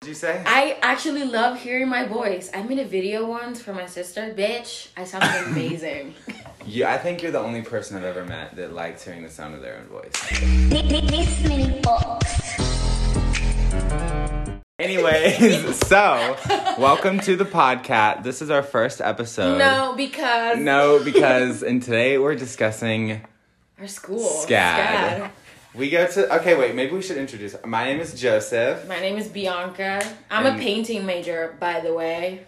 Did you say? I actually love hearing my voice. I made a video once for my sister. Bitch, I sound amazing. Yeah, I think you're the only person I've ever met that likes hearing the sound of their own voice. This mini box. Anyways, so welcome to the podcast. This is our first episode. no, because Uh, No, because and today we're discussing our school. SCAD. SCAD. we go to okay, wait, maybe we should introduce my name is Joseph. My name is Bianca. I'm And- a painting major, by the way.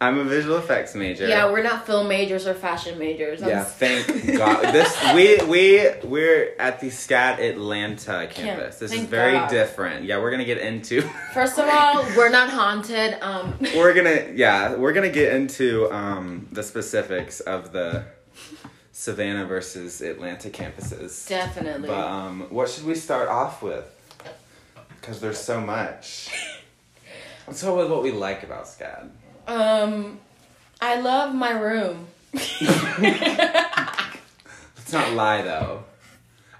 I'm a visual effects major. Yeah, we're not film majors or fashion majors. I'm Yeah, s- thank God. This we we we're at the SCAT Atlanta campus. This is thank very God. different. Yeah, we're gonna get into First of all, we're not haunted. Um, we're gonna yeah we're gonna get into um, the specifics of the Savannah versus Atlanta campuses. definitely. But um, what should we start off with? Because there's so much. Let's go with what we like about SCAD. Um, I love my room. Let's not lie though.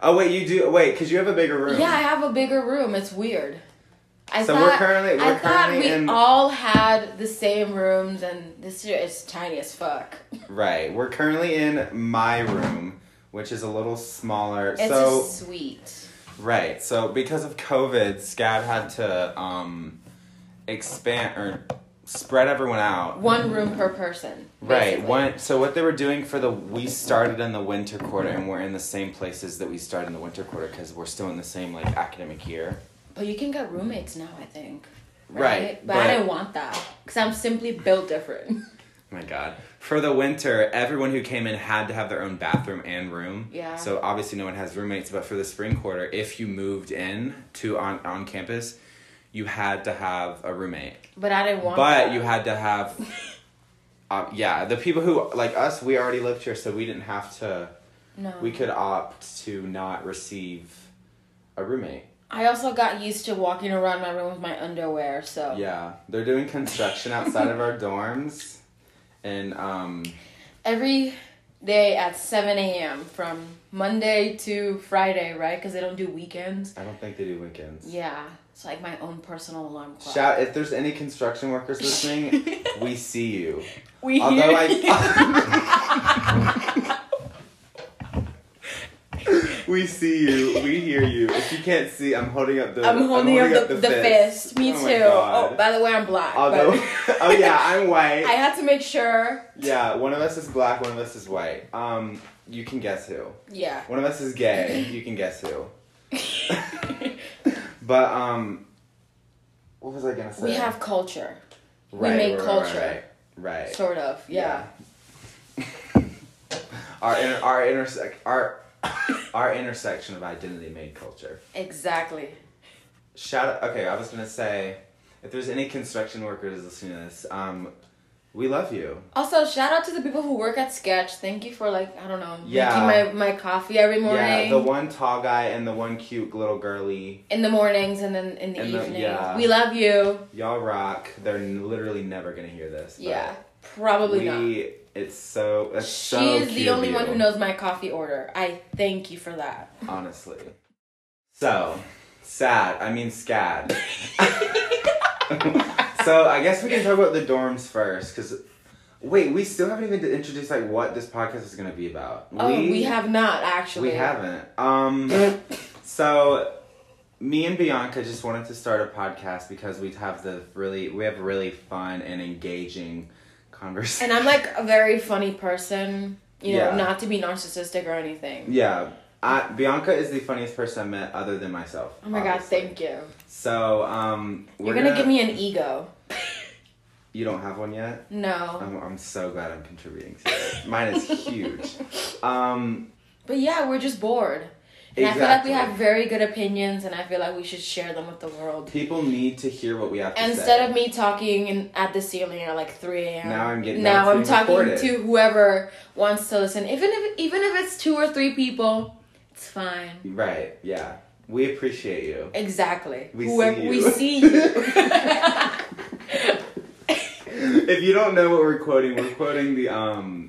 Oh wait, you do wait because you have a bigger room. Yeah, I have a bigger room. It's weird. I So thought, we're currently- I we're thought currently we in- all had the same rooms, and this year it's tiny as fuck. Right. We're currently in my room, which is a little smaller. It's so a suite. Right. So because of COVID, SCAD had to um, expand or spread everyone out. One room per person. right. basically. One. So what they were doing for the we started in the winter quarter and we're in the same places that we started in the winter quarter because we're still in the same like academic year. But you can get roommates now, I think. Right, But, but- I didn't want that because I'm simply built different. Oh my God. For the winter, everyone who came in had to have their own bathroom and room. Yeah. So obviously no one has roommates, but for the spring quarter, if you moved in to on on campus, you had to have a roommate. But I didn't want. But that. you had to have, um, yeah, the people who like us, we already lived here, so we didn't have to. no. We could opt to not receive a roommate. I also got used to walking around my room with my underwear, so Yeah, they're doing construction outside of our dorms, and um, every day at 7 a.m. from Monday to Friday, right? Because they don't do weekends. I don't think they do weekends. Yeah, it's like my own personal alarm clock. Shout if there's any construction workers listening, we see you. we Although hear I. we see you. We hear you. If you can't see, I'm holding up the. I'm holding up the, the, fist. Me Oh too. my God. Oh, by the way, I'm black. Although, but oh yeah, I'm white. I had to make sure. yeah, one of us is black. One of us is white. Um, you can guess who. Yeah. One of us is gay. You can guess who. But um, what was I gonna say? we have culture, right, make right, culture. Right. right. right. sort of. Yeah. our inter- our intersect our our intersection of identity made culture. Exactly. Shout out. Okay, I was gonna say, if there's any construction workers listening to this, um, we love you. Also, shout out to the people who work at Sketch. Thank you for like I don't know Yeah. making my, my coffee every morning Yeah, the one tall guy and the one cute little girly. in the mornings and then in the And the- evenings. yeah. We love you. Y'all rock. They're n- literally never gonna hear this. but Yeah, probably we. not. It's so. That's She so is cute the of only one you, who knows my coffee order. I thank you for that. Honestly. So sad. I mean, scad. so I guess we can talk about the dorms first, because wait, we still haven't even introduced like what this podcast is gonna be about. Oh, we have not actually. We haven't. Um, so me and Bianca just wanted to start a podcast because we have the really we have really fun and engaging conversation. And I'm like a very funny person, you know, Yeah. not to be narcissistic or anything. yeah, I, Bianca is the funniest person I met other than myself. Oh my god, obviously. thank you. So um, You're gonna, give me an ego. You don't have one yet. No. I'm, I'm so glad I'm contributing to it. Mine is huge. Um, But yeah, we're just bored. And I feel like we have very good opinions and I feel like we should share them with the world. People need to hear what we have to say. Instead of me talking in, at the ceiling at like 3 a.m. Now I'm getting- now it's Now being I'm talking recorded. to whoever wants to listen. Even if even if it's two or three people, it's fine. Right. Yeah. We appreciate you. Exactly. We whoever see you. we see you. if you don't know what we're quoting, we're quoting the um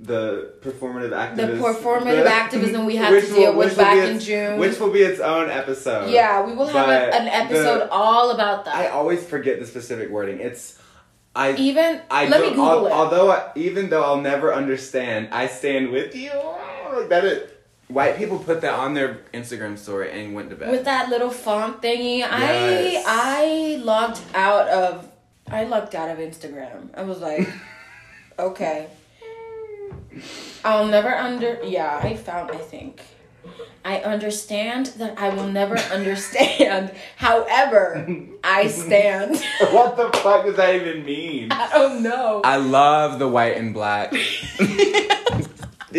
the performative The activism. performative activism we had to deal with back in June. Which will be its own episode. yeah, we will have But a, an episode the- all about I that. always forget the specific wording. It's I. Even I let me don't- Google al- it. Although, I, even though I'll never understand, I stand with you. Like that is, white people put that on their Instagram story and went to bed. with that little font thingy. Yes. I I logged out of I logged out of Instagram. I was like, okay. I'll never under yeah, I found I think. I understand that I will never understand. However, I stand. what the fuck does that even mean? I don't know. I love the white and black. Did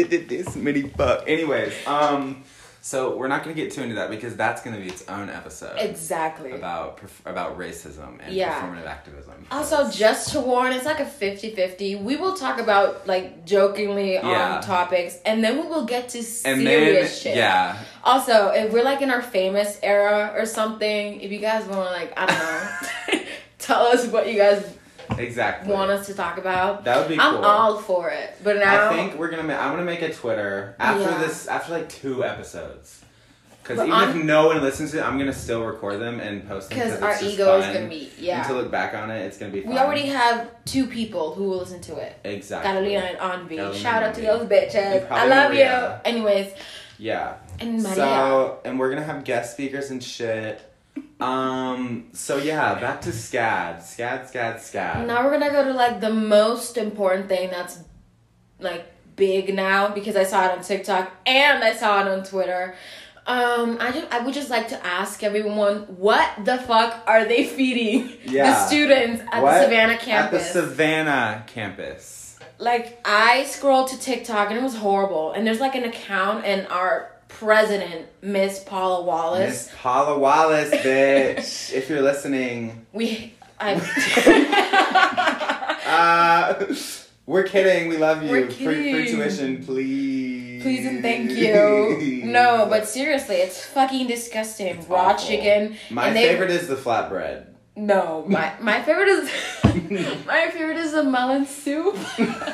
did this many fuck. Anyways, um, so we're not gonna get too into that because that's gonna be its own episode exactly. about perf- about racism and Yeah. performative activism. Also, just to warn, it's like a 50 50. We will talk about, like, jokingly Yeah. on topics, and then we will get to serious and then shit. yeah, Also, if we're like in our famous era or something, if you guys want to, like, I don't know, tell us what you guys exactly. want us to talk about, that would be I'm cool. all for it. But now, I think we're gonna. Ma- I want to make a Twitter after Yeah. this. After like two episodes, because But even if I'm- no one listens to it, I'm gonna still record them and post them because it's our just ego is fun. going to meet. And Yeah. to look back on it, it's gonna be. Fun. we already have two people who will listen to it. exactly. Catalina and Anvi. Catalina Shout out to and those bitches. And I probably love Maria. you. Anyways, Yeah. and Maria. So and we're gonna have guest speakers and shit. Um. So yeah, back to SCAD. SCAD. SCAD. SCAD. Now we're gonna go to like the most important thing that's like big now because I saw it on TikTok and I saw it on Twitter. Um, I just I would just like to ask everyone what the fuck are they feeding Yeah. the students at What? the Savannah At the campus? Savannah campus. like I scrolled to TikTok and it was horrible. And there's like an account and our president, Miss Paula Wallace, Miss Paula Wallace, bitch. if you're listening. we I Uh, we're kidding. We love you. We're Free, free kidding. tuition, please. Please and thank you. No, but seriously, it's fucking disgusting. Raw awful. chicken. my and they- favorite is the flatbread. No, my my favorite is my favorite is the melon soup.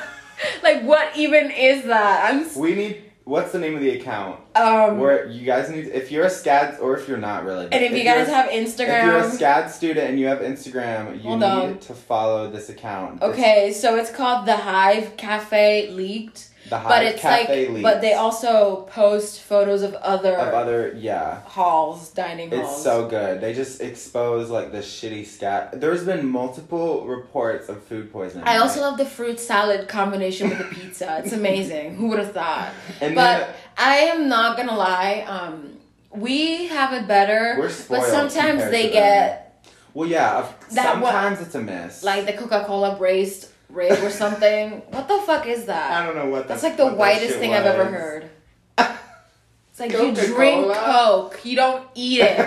like what even is that? I'm s- We need. What's the name of the account? um. Where you guys need. If you're a SCAD or if you're not really. And if, you guys you're- have If you're a Instagram, SCAD student and you have Instagram, you Hold need on. to follow this account. This- okay, so it's called the Hive Cafe Leaked, the Hive but it's Cafe like Leaks but they also post photos of other, of other yeah. halls, dining halls. It's so good. They just expose like the shitty scat. There's been multiple reports of food poisoning. I right? also love the fruit salad combination with the pizza. It's amazing. Who would have thought? And But I am not gonna lie. Um, we have it better, We're but spoiled sometimes compared they to them. get Well, yeah. of- That what- sometimes it's a miss. like the Coca Cola braised rib or something. what the fuck is I that? don't know what. That's the- like the what that whitest shit thing I've ever was. heard. It's like you drink Coca-Cola? Coke, you don't eat it.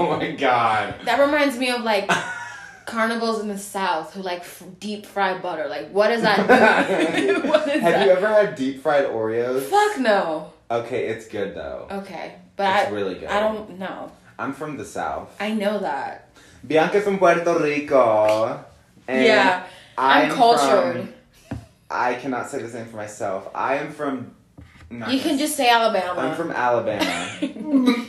oh my god. that reminds me of like carnivals in the South who like f- deep fry butter. Like, what is that? do? what is Have that? you ever had deep fried Oreos? Fuck no. Okay, it's good though. Okay, but It's really good. I, I don't know. I'm from the south. I know that. Bianca from Puerto Rico. And yeah, I'm, from- cultured. I cannot say the same for myself. I am from. I'm not you gonna can just say Alabama. I'm from Alabama.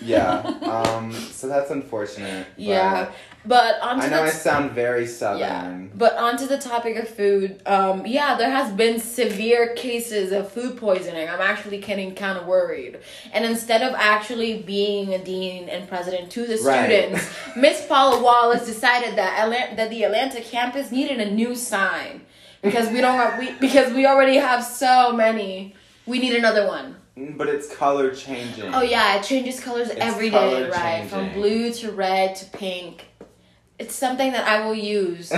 yeah. Um. So that's unfortunate. but yeah, but onto I know I the sound very southern. yeah, but onto the topic of food. Um, yeah, there has been severe cases of food poisoning. I'm actually getting kind of worried. And instead of actually being a dean and president to the Right. students, Miss Paula Wallace decided that Atla- that the Atlanta campus needed a new sign because we don't have, we because we already have so many. We need another one. But it's color changing. Oh yeah, it changes colors every day, color right? From changing. blue to red to pink. It's something that I will use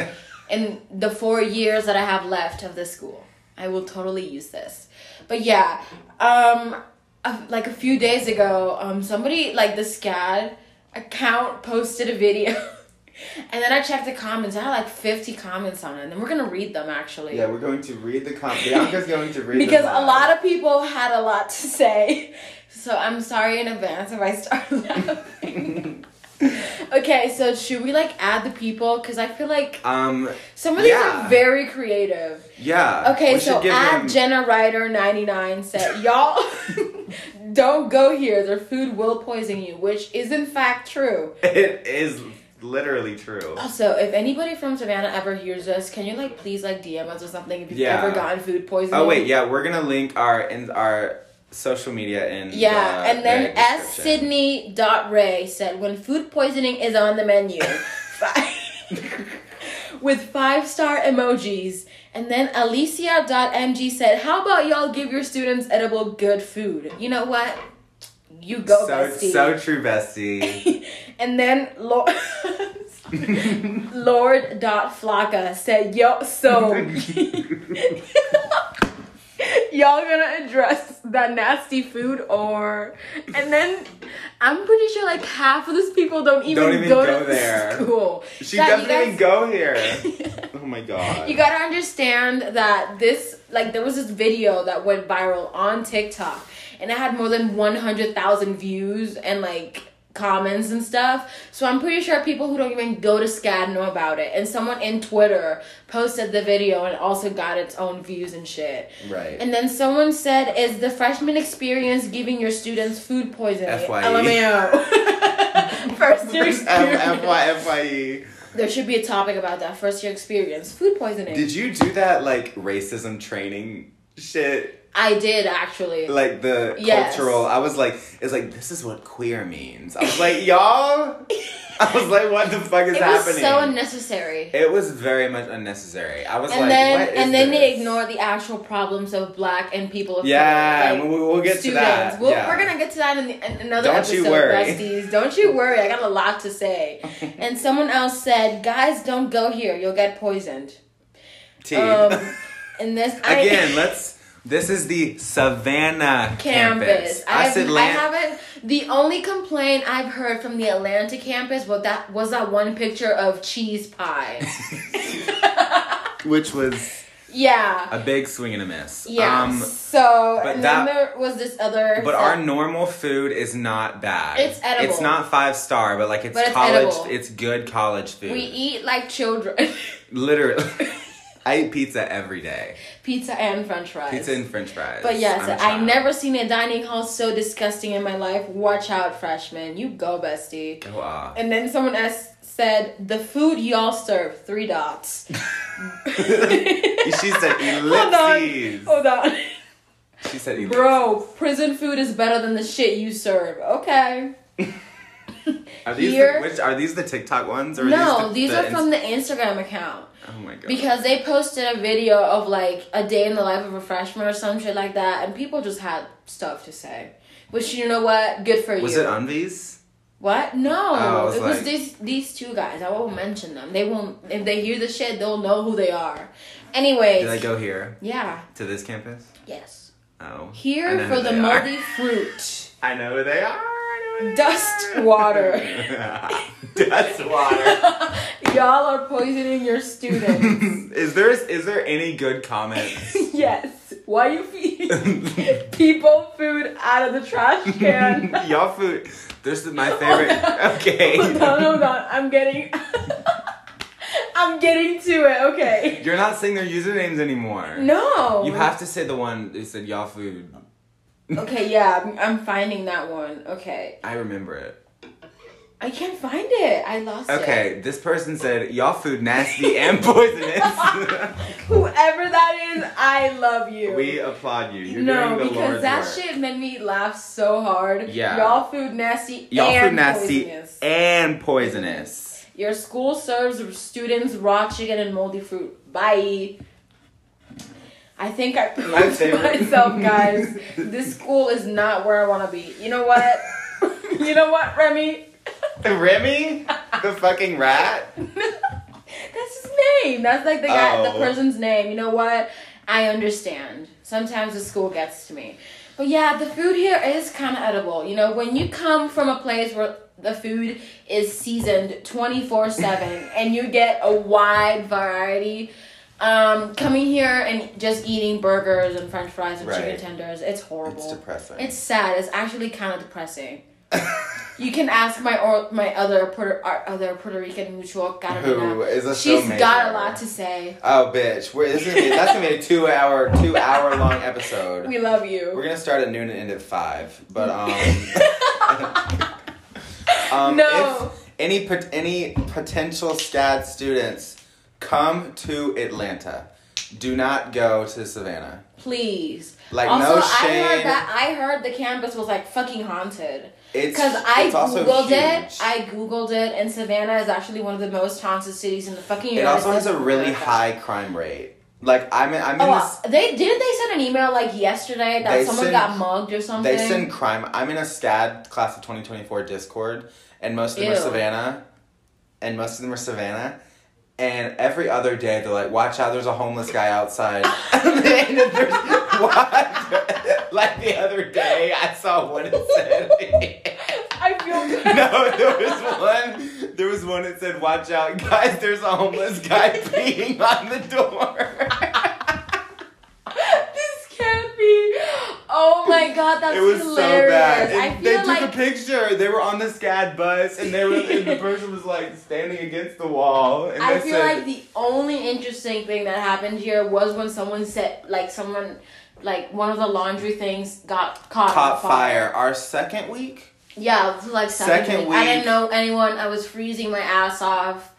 in the four years that I have left of this school. I will totally use this. But yeah, um, a- like a few days ago, um, somebody like the SCAD account posted a video, and then I checked the comments. I had like fifty comments on it, and then we're gonna read them actually. Yeah, we're going to read the comment. Bianca's going to read because them a lot of people had a lot to say. So I'm sorry in advance if I start laughing. Okay, so should we like add the people? Because I feel like Um, some of these Yeah. are very creative. yeah. Okay, we so should give at them- Jenna Ryder ninety nine said, "Y'all don't go here. Their food will poison you," which is in fact true. It is literally true. Also, if anybody from Savannah ever hears this, can you like please like DM us or something if you've Yeah. ever gotten food poisoning? Oh wait, yeah, we're gonna link our in our social media in. Yeah, the- and then the S description. Sydney dot Ray said, "When food poisoning is on the menu, fi- with five star emojis." And then Alicia dot MG said, "How about y'all give your students edible good food? You know what? You go, So bestie." so true, bestie. and then Lord Lord dot Flocka said, "Yo, so." y'all gonna address that nasty food or and then i'm pretty sure like half of these people don't even, Don't even go, go to there. school she Yeah, you definitely guys- go here. Oh my god. you gotta understand that this like there was this video that went viral on tiktok and it had more than 100000 views and like comments and stuff so i'm pretty sure people who don't even go to scad know about it and someone in twitter posted the video and also got its own views and shit right. and then someone said, "Is the freshman experience giving your students food poisoning?" FYE. LMAO. First year E. F- Um, F- experience. Y- F- Y- E. There should be a topic about that. First year experience, food poisoning. Did you do that like racism training shit? I did actually. Like the Yes. cultural. I was like, it's like this is what queer means. I was like, y'all. I was like, what the fuck is it was happening? so unnecessary. it was very much unnecessary. I was and like, then what is and then they this? ignore the actual problems of black and people of Yeah, color. like, we- we'll, get to that. students. We'll, yeah. We're gonna get to that in, the, in another Don't you episode, worry. besties. Don't you worry. I got a lot to say. and someone else said, "Guys, don't go here. You'll get poisoned." Tea. Um, and this I, Again, let's. This is the Savannah campus. campus. I, have, said I land- haven't. The only complaint I've heard from the Atlanta campus was that was that one picture of cheese pie. which was yeah. a big swing and a miss. Yeah. Um, so but and that- then there was this other. but our normal food is not bad. It's edible. It's not five star, but like it's, But it's college. edible. It's good college food. we eat like children. literally. I eat pizza every day. Pizza and French fries. Pizza and French fries. But yes, I'm a I child. never seen a dining hall so disgusting in my life. Watch out, freshman. You go, bestie. Go off. And then someone else said, "The food y'all serve, three dots." she said Hold on. ellipses. Hold on. She said ellipses. Bro, prison food is better than the shit you serve. Okay. Are these Here- the, which are these the TikTok ones or No, are these these, the, are the from the Instagram account. Inst- oh my god Because they posted a video of like a day in the life of a freshman or some shit like that, and people just had stuff to say. Which you know what? Good for was you. it on these? what? No, Oh, I was it was like- these these two guys. I won't mention them. They won't. If they hear the shit, they'll know who they are. Anyways, Did I go here yeah, to this campus? yes. Oh, I know Here who for the they are. moldy fruit. I know who they are. I know who they Dust are. water. Dust water. Y'all are poisoning your students. is there is there any good comments? yes. Why you feeding people food out of the trash can? Y'all food. This is my favorite. Okay. hold on, hold on. I'm getting. I'm getting to it. Okay. You're not saying their usernames anymore. No. You have to say the one that said y'all food. Okay. Yeah. I'm, I'm finding that one. Okay. I remember it. I can't find it. I lost it. Okay, this person said y'all food nasty and poisonous. Whoever that is, I love you. we applaud you. You're no, doing the because Lord's that work. shit made me laugh so hard. Yeah. Y'all food nasty. Y'all and food nasty poisonous. and poisonous. Your school serves students raw chicken and moldy fruit. Bye. I think I proved to favorite. myself, guys. this school is not where I want to be. You know what? you know what, Remy? Remy, the fucking rat. That's his name. That's like the guy, Oh. the person's name. You know what? I understand. Sometimes the school gets to me. But yeah, the food here is kind of edible. You know, when you come from a place where the food is seasoned 24 7 and you get a wide variety, um, coming here and just eating burgers and french fries and Right. chicken tenders, it's horrible. It's depressing. It's sad. It's actually kind of depressing. You can ask my or my other Puerto our other Puerto Rican mutual Carolina. Who is a She's filmmaker. got a lot to say. Oh, bitch! We're, this is gonna be, that's gonna be a two-hour, two-hour-long episode. We love you. We're gonna start at noon and end at five. But um, um No. if any pot- any potential SCAD students come to Atlanta. Do not go to Savannah. Please. Like also, no I shade. heard that I heard the campus was like fucking haunted. it's Because I it's also googled huge. it. I googled it, and Savannah is actually one of the most haunted cities in the fucking it United also has States a of really America. high crime rate. Like I'm in, I'm in this Oh, they didn't they send an email like yesterday that They someone send- got mugged or something? They send crime. I'm in a SCAD class of 2024 Discord, and most of them Ew. are Savannah, and most of them are Savannah. And every other day, they're like, "Watch out! There's a homeless guy outside." and there's, what? like the other day, I saw one that said. I feel good. No, there was one. There was one that said, "Watch out, guys! There's a homeless guy peeing on the door." this can't be. Oh my god, that's It was so hilarious. bad. And I feel they took like a picture. They were on the SCAD bus, and they were, and the person was like standing against the wall. And I they feel said, like the only interesting thing that happened here was when someone said, like, someone, like, one of the laundry things got caught. on "Caught fire." Our second week. Yeah, it was like second, Second week. I didn't week. know anyone. I was freezing my ass off.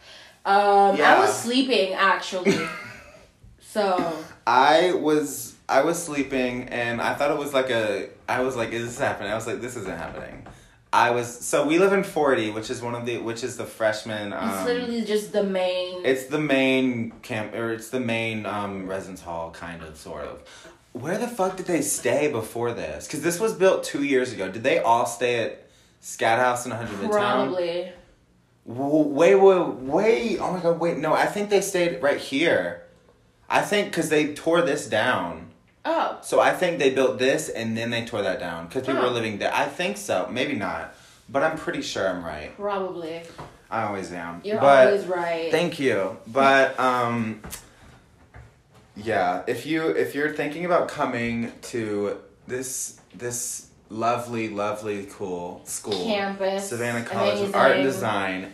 Um, I Yeah. was sleeping actually. so I was I was sleeping and I thought it was like a I was like, is this happening? I was like, this isn't happening. I was so we live in forty, which is one of the which is the freshman. Um, it's literally just the main. It's the main camp, or it's the main um, residence hall, kind of, sort of. Where the fuck did they stay before this? Because this was built two years ago. Did they all stay at Scat House in 100 Midtown? Probably. W- Wait, wait, wait. Oh my god, wait. No, I think they stayed right here. I think because they tore this down. Oh, So I think they built this and then they tore that down because people Huh. were living there. I think so. Maybe not. But I'm pretty sure I'm right. probably. I always am. You're but always right. Thank you. But um yeah, if you if you're thinking about coming to this this lovely lovely cool school Campus, Savannah College of Art and amazing. Design,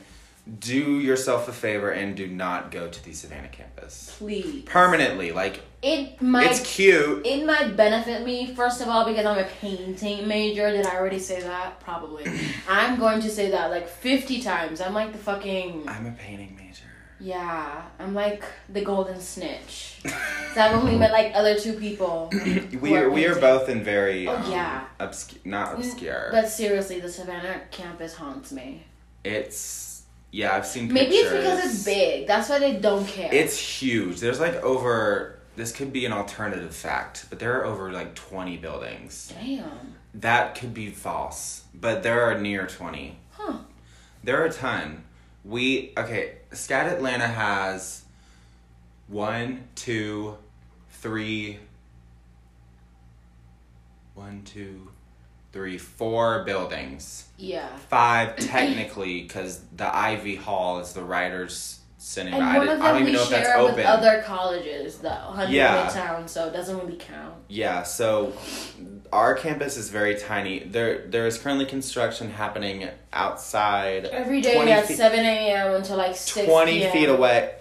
do yourself a favor and do not go to the Savannah campus. Please. Permanently, like It might. it's cute. it might benefit me first of all because I'm a painting major. Did I already say that? Probably. I'm going to say that like 50 times. I'm like the fucking. I'm a painting major. Yeah, I'm like the golden snitch. So I've only met like other two people. We are, we are painting. both in very Oh, um, yeah. Mm, obscure not obscure. But seriously, the Savannah campus haunts me. it's yeah, I've seen Maybe pictures. it's because it's big. That's why they don't care. It's huge. There's like over. This could be an alternative fact, but there are over like 20 buildings. damn. That could be false, but there are near 20. Huh. There are a ton. We okay. Scat Atlanta has one, two, three, one, two, three, four buildings. Yeah. Five technically, because the Ivy Hall is the writers' center. And I, one did- of I them don't even we know if that's share with open. other colleges though, hundred Yeah. midtown, so it doesn't really count. Yeah, so our campus is very tiny. There there is currently construction happening outside Every day 20 at feet- seven a.m. until like six. 20 p.m. feet away.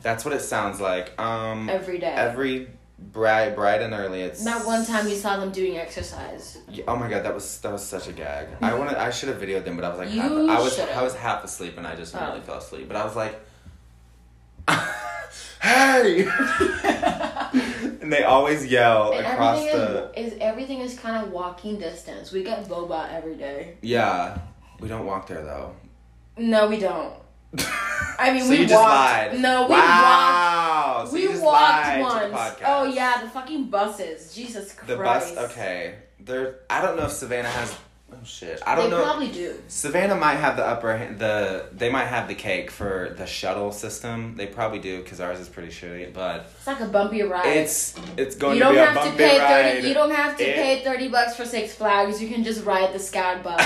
That's what it sounds like. Um Every day. every bright bright and early it's Not one time you saw them doing exercise. Yeah, Oh my god, that was that was such a gag. I wanted I should have videoed them, but I was like half, You I was should've. I was half asleep and I just Oh. really fell asleep. But I was like Hey And they always yell And across everything the is, is everything is kind of walking distance. We get boba every day. Yeah, we don't walk there though. No, we don't. I mean, so we you walked. just lied. No, we walked. wow. Oh, So we you just walked lied to the once. podcast. Oh yeah, the fucking buses. Jesus Christ. The bus. Okay. There. I don't know if Savannah has. Oh shit. I They don't know. probably do. Savannah might have the upper. hand The they might have the cake for the shuttle system. They probably do because ours is pretty shitty. But It's like a bumpy ride. it's it's going you to don't be a have bumpy to pay ride. thirty. You don't have to It- pay thirty bucks for Six Flags. You can just ride the Scout bus.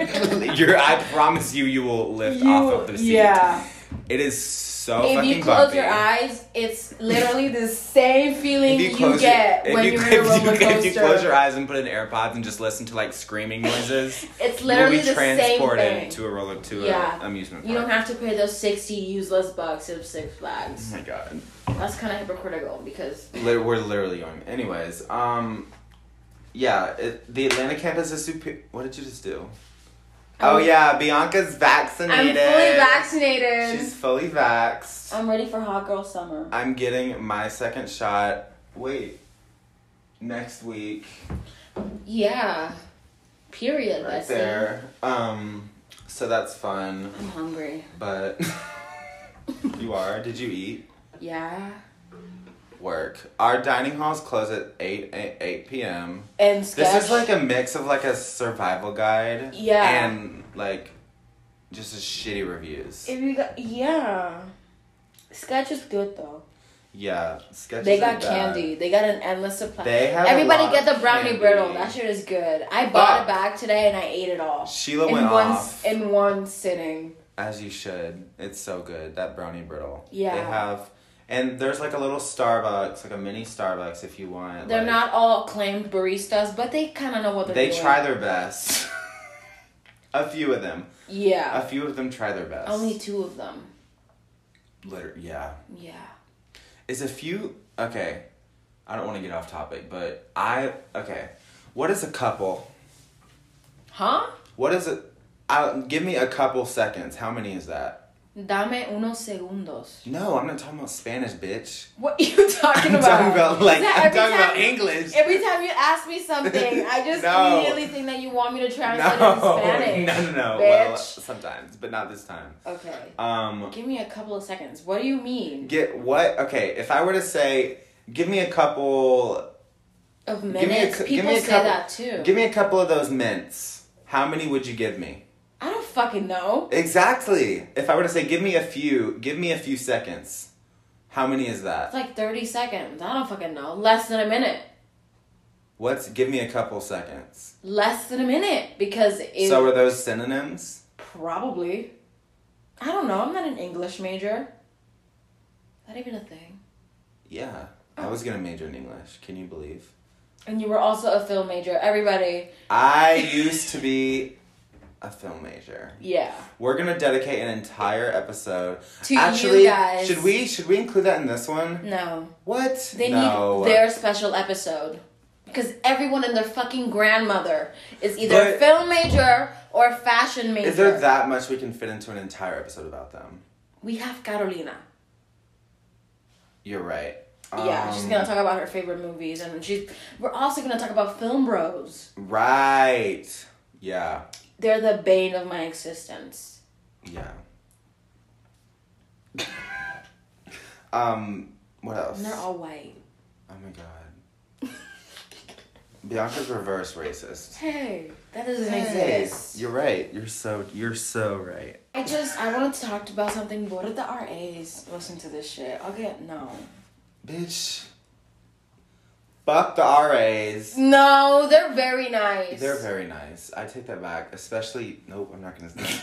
You're, I promise you, you will lift off of the seat. Yeah. It is so so if fucking you close bumpy. your eyes, it's literally the same feeling If you, you close get your, if when you, you, are if in a roller you, if you coaster. close your eyes and put in AirPods and just listen to like screaming noises, it's literally you'll be the same transported thing. to a roller to Yeah. a amusement park. You don't have to pay those sixty useless bucks of Six Flags. Oh my god, That's kind of hypocritical because Lit- we're literally going. Anyways, um, yeah, it, the Atlanta campus is super. What did you just do? Oh I'm- yeah, Bianca's I'm fully vaccinated. vaccinated. Um. She's fully vaxxed. I'm ready for hot girl summer. I'm getting my second shot. Wait, next week, Yeah. Period. right Bessie. there. Um, so that's fun. I'm hungry. But you are. Did you eat? Yeah. Work. Our dining halls close at eight eh, eight, 8 p.m. And sketch. This is like a mix of like a survival guide. Yeah. And like, just a shitty reviews. If you got yeah. Sketch is good though. yeah. Sketches They are got bad. candy. They got an endless supply. They have a Everybody lot get of the brownie candy. brittle. That shit is good. I bought a bag today and I ate it all. Sheila in went one off. in one sitting. As you should. It's so good. That brownie brittle. Yeah. They have, and there's like a little Starbucks, like a mini Starbucks, if you want. They're like- not all acclaimed baristas, but they kind of know what they're They doing. try their best. a few of them. Yeah. A few of them try their best. Only two of them. Liter- yeah. Yeah. Is a few okay? I don't want to get off topic, but I okay. What is a couple? Huh? What is it? give me a couple seconds. How many is that? Dame unos segundos. No, I'm not talking about Spanish, bitch. What are you talking I'm about? talking about like Is that I'm every talking about time- English. Every time you ask me something, I just No. immediately think that you want me to translate it in No, Spanish. no, no, no. Well, Bitch. sometimes, but not this time. okay. Um, Give me a couple of seconds. What do you mean? get what? Okay, if I were to say, give me a couple Of me a minutes. cou- give People me a say couple- that too. Give me a couple of those mints. How many would you give me? I don't fucking know. Exactly. If I were to say, give me a few, give me a few seconds. How many is It's that? like 30 seconds. I don't fucking know. Less than a minute. What's give me a couple seconds? Less than a minute. Because it So are those synonyms? probably. I don't know. I'm not an English major. Not even a thing. Yeah. I was gonna major in English. Can you believe? And you were also a film major. Everybody. I used to be a film major. Yeah. We're gonna dedicate an entire episode. To you Actually, guys. should we should we include that in this one? No. What? They no. uh, need their special episode. Because everyone and their fucking grandmother is either a But- film major or a fashion major. Is there that much we can fit into an entire episode about them? we have Carolina. You're right. yeah, she's Um, gonna talk about her favorite movies, and she's. We're also gonna talk about film bros. Right. Yeah. They're the bane of my existence. Yeah. um. What else? And they're all white. oh my god. Bianca's reverse racist. Hey, that doesn't Hey, exist. You're right. You're so. You're so right. I just I wanted to talk about something. What did the RAs listen to this shit? I'll get no. Bitch. Fuck the RAs. No, they're very nice. They're very nice. I take that back. Especially. Nope. I'm not gonna. Say,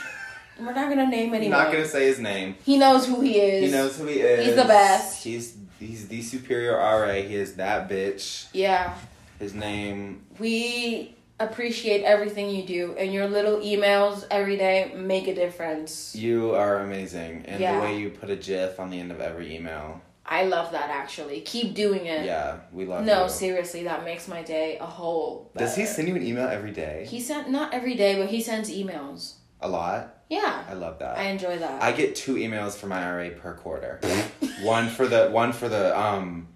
We're not gonna name I'm anyone. not gonna say his name. He knows who he is. He knows who he is. the best. He's he's the superior RA. He is that bitch. Yeah. His name We appreciate everything you do, and your little emails every day make a difference. You are amazing, and Yeah. the way you put a GIF on the end of every email. I love that actually. Keep doing it. Yeah, we love No, you. seriously, that makes my day a whole. Does he better. send you an email every day? He sent not every day, but he sends emails. A lot. Yeah, I love that. I, I enjoy that. get two emails from my RA per quarter. one for the one for the um,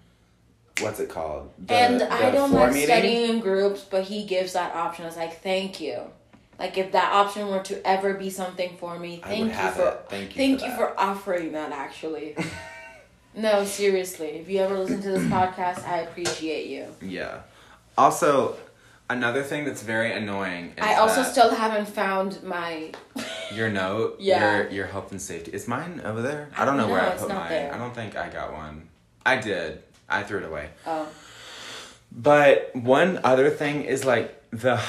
what's it called? The, and the I don't floor like studying in groups, but he gives that option. It's like, thank you. Like if that option were to ever be something for me, I would thank you have for it. Thank you. Thank for you that. for offering that, actually. no, seriously. If you ever listen to this podcast, I appreciate you. Yeah. Also, another thing that's very annoying. Is I also that still haven't found my. your note. Yeah. Your your health and safety. Is mine over there? I I don't know don't where know, I it's put not mine. there. I don't think I got one. I did. I threw it away. Oh. But one other thing is like the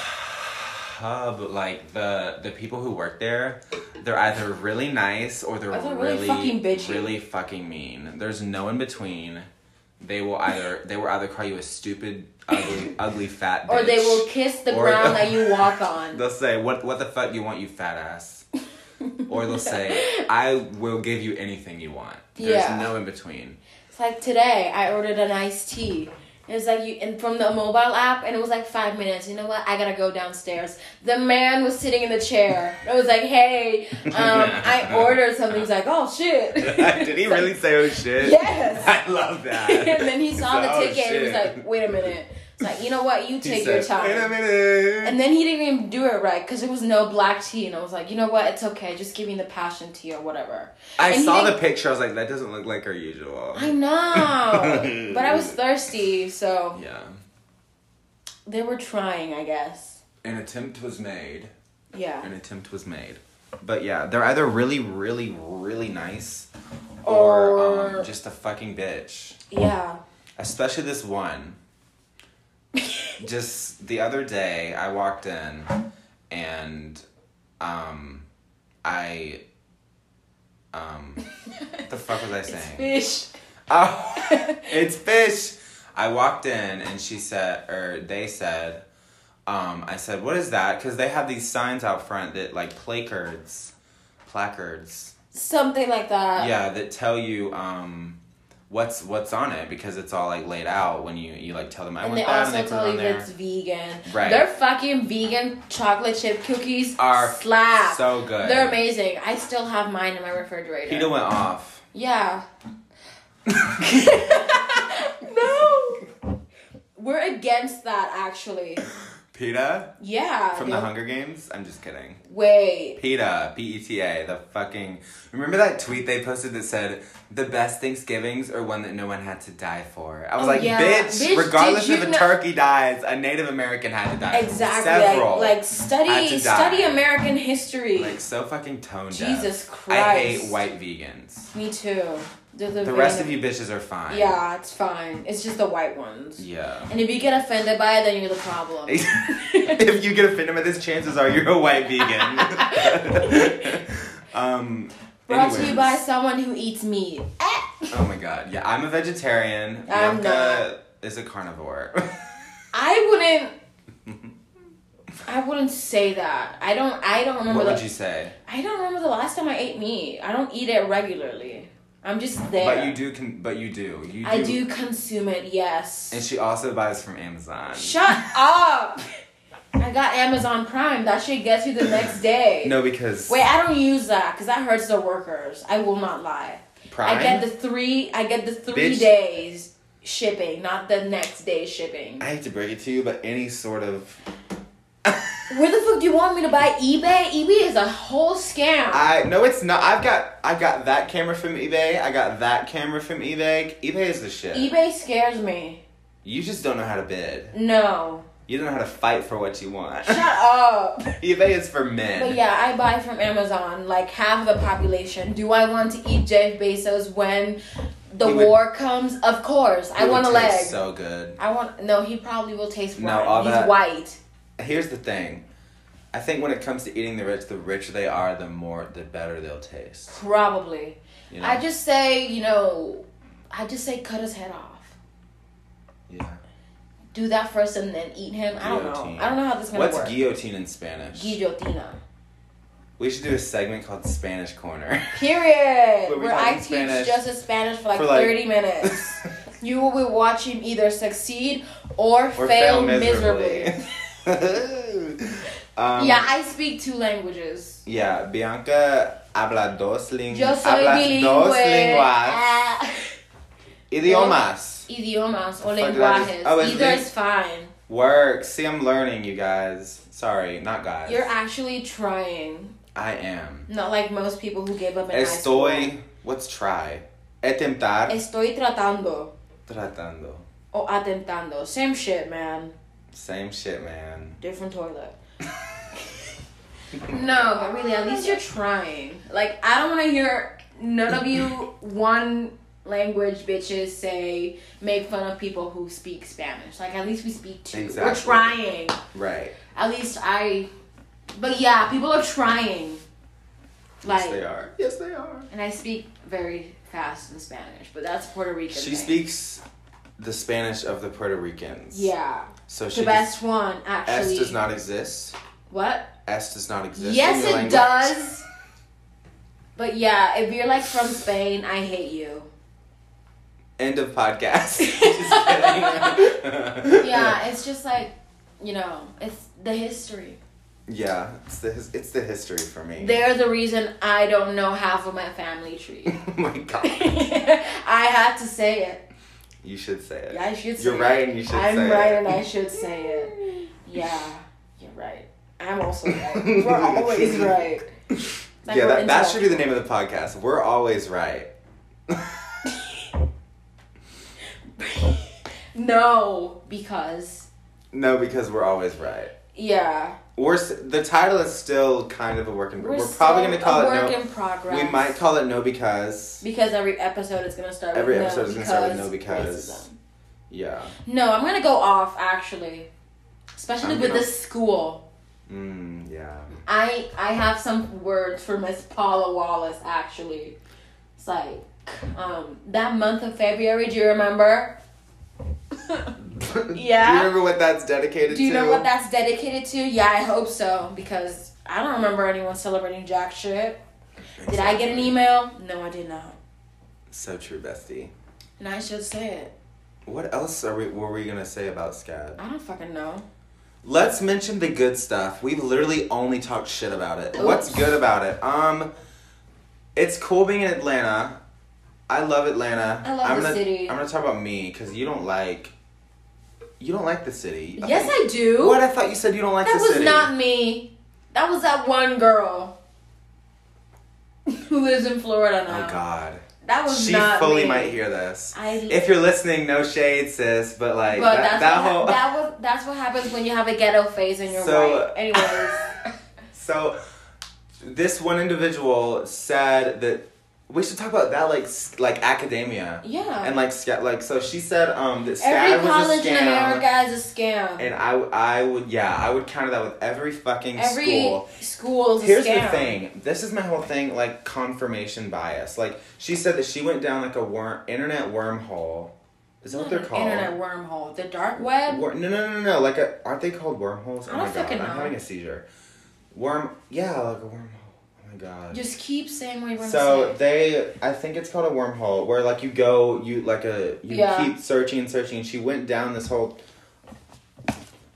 pub, like the the people who work there, they're either really nice or they're Or they're really really fucking bitchy. really fucking mean. There's no in between. They will either they will either call you a stupid, ugly, ugly fat, bitch, Or they will kiss the Or- ground that you walk on. They'll say, "What what the fuck you want, you fat ass," or they'll say, "I will give you anything you want." There's Yeah. no in between. It's like today I ordered an iced tea. It was like you and from the mobile app and it was like five minutes. You know what? I gotta go downstairs. The man was sitting in the chair. I was like, hey, um, I ordered something. He's like, oh shit. Did he It's like, really say oh shit? Yes. I love that. and then he He's saw like, the "Oh, ticket and he was shit." like, wait a minute. It's like, you know what? You He take said, your time. Wait a minute. And then he didn't even do it right because there was no black tea, and I was like, you know what? It's okay. Just give me the passion tea or whatever. I and he saw the didn't- picture. I was like, that doesn't look like our usual. I know, but I was thirsty, so Yeah. they were trying, I guess. An attempt was made. Yeah. An attempt was made. But yeah, they're either really, really, really nice, or, Or, um, just a fucking bitch. yeah. Especially this one. just the other day, I walked in, and um, I um, the fuck was I It's saying? fish. Oh, it's fish. I walked in and she said, or they said, um, I said, what is that? Because they have these signs out front that like placards, placards, Something like that. yeah, that tell you um, what's what's on it because it's all like laid out when you you like tell them I And want they that also and they put tell it you on there. it's vegan. Right. Their fucking vegan chocolate chip cookies Are slap. so good. They're amazing. I still have mine in my refrigerator. Peter went off. Yeah. no. We're against that actually. Peta Yeah. from the no- Hunger Games. I'm just kidding. Wait. PETA, P E T A, the fucking. Remember that tweet they posted that said, the best Thanksgivings are one that no one had to die for? I was Oh, like, yeah. bitch, Bitch, did regardless you if a kno- turkey dies, a Native American had to die. Exactly. Several. Like, like had study to die. study American history. Like, so fucking tone deaf. Jesus I hate Christ. white vegans. Me too. The, the The rest of you bitches are fine. Yeah, it's fine. It's just the white ones. Yeah. And if you get offended by it, then you're the problem. if you get offended by this, chances are you're a white vegan. um, Brought to you anyways. by someone who eats meat. Oh my god. Yeah, I'm a vegetarian. I'm Bianca is a carnivore. I wouldn't. I wouldn't say that. I don't. I don't remember. what the, would you say? I don't remember the last time I ate meat. I don't eat it regularly. I'm just there. But you do con- but you do. You do. I do consume it. Yes. And she also buys from Amazon. Shut up. I got Amazon Prime. That shit gets you the next day. No, because Wait, I don't use that because that hurts the workers. I will not lie. Prime. I get the three. I get the three Bitch. days shipping, not the next day shipping. I hate to break it to you, but any sort of Where the fuck do you want me to buy eBay? eBay is a whole scam. I no, it's not. I've got I got that camera from eBay. I got that camera from eBay. eBay is the shit. eBay scares me. You just don't know how to bid. No. You don't know how to fight for what you want. Shut up. eBay is for men. But yeah, I buy from Amazon, like half the population. Do I want to eat Jeff Bezos when the He would- war comes? Of course. I It would want a taste leg. So good. I want no, he probably will taste No, rotten. all He's that- white. Here's the thing. I think when it comes to eating the rich, the richer they are, the more, the better they'll taste. Probably. You know? I just say, you know, I just say cut his head off. yeah. Do that first and then eat him. I don't know. Guillotine. I don't know how this is gonna What's work. guillotine in Spanish? Guillotina. we should do a segment called Spanish Corner. Where Period. we Where talk I in teach Spanish just in Spanish for like, for, like- 30 minutes. you will be watching either succeed or, or fail, miserably. um, yeah, I speak two languages. yeah, Bianca habla dos linguas. Yo soy dos bilingüe. lenguas. Ah, Idiomas. idiomas or The fuck did I just- lenguajes. I was Either think- is fine. Work. See, I'm learning, you guys. Sorry, not guys. You're actually trying. I am. Not like most people who gave up in high school. Estoy. What's try? Atentar. Estoy tratando Tratando. or atentando. Same shit, man. Same shit, man. Different toilet. no, but really, at least you're trying. Like, I don't want to hear none of you one language bitches say make fun of people who speak Spanish. Like, at least we speak two. We're Exactly. trying. Right. At least I But yeah, people are trying. Like, Yes, they are. Yes, they are. and I speak very fast in Spanish, but that's Puerto Rican. She thing. speaks the Spanish of the Puerto Ricans. Yeah, So the she best one actually. S does not exist. What? S does not exist. yes, in it your language. does. But yeah, if you're like from Spain, I hate you. End of podcast. Just kidding. Yeah, it's just like, you know, it's the history. Yeah, it's the his- it's the history for me. They're the reason I don't know half of my family tree. oh my god. I had to say it. You should say it. Yeah, I should say You're it. right, and you should I'm say right it. and I should say it. Yeah, you're right. I'm also right. We're always right. Like yeah, we're that, that intellectual. should be the name of the podcast. We're always right. No, because no, because we're always right. yeah, We're s- the title is still kind of a work in. We're, we're still probably gonna call it a work no. in progress. We might call it no because. because every episode is gonna start. Every with episode no is gonna start with because no because. racism. Yeah. No, I'm gonna go off actually, especially I'm with gonna- the school. Mm, yeah. I I have some words for Miss Paula Wallace actually. It's like um that month of February. Do you remember? Do Yeah. you remember what that's dedicated Do you to? know what that's dedicated to? Yeah, I hope so because I don't remember anyone celebrating jack shit. Did I get an email? No, I did not. So true, bestie. And I should say it. What else are we? Were we gonna say about SCAD? I don't fucking know. Let's mention the good stuff. We've literally only talked shit about it. What's Oops. good about it? Um, it's cool being in Atlanta. I love Atlanta. I love am the gonna, city. I'm gonna talk about me because you don't like. You don't like the city. Yes, I do. What I thought you said you don't like that the was city. not me. That was that one girl who lives in Florida now. Oh God, That was she not fully me. might hear this. I. If you're listening, no shade, sis. But like but that, that's that what, whole that was that's what happens when you have a ghetto phase and you're So- white. Anyways, So, this one individual said that we should talk about that, like s- like academia yeah. and like sca- like. So she said um that SCAD Every was college a in scam, America is a scam. and I w- I would yeah I would counter that with every fucking Every school. school is Here's a scam. the thing. This is my whole thing, like confirmation bias. Like she said that she went down like a worm internet wormhole. Is that what Not they're an called? Internet wormhole. The dark web. Wor- no, no, no, no. Like, a, aren't they called wormholes? Oh I don't fucking I'm know. having a seizure. Worm. Yeah, like a wormhole. Oh my god. Just keep saying what you want so to say. they, I think it's called a wormhole, where like you go, you like a, you Yeah. keep searching and searching. And she went down this whole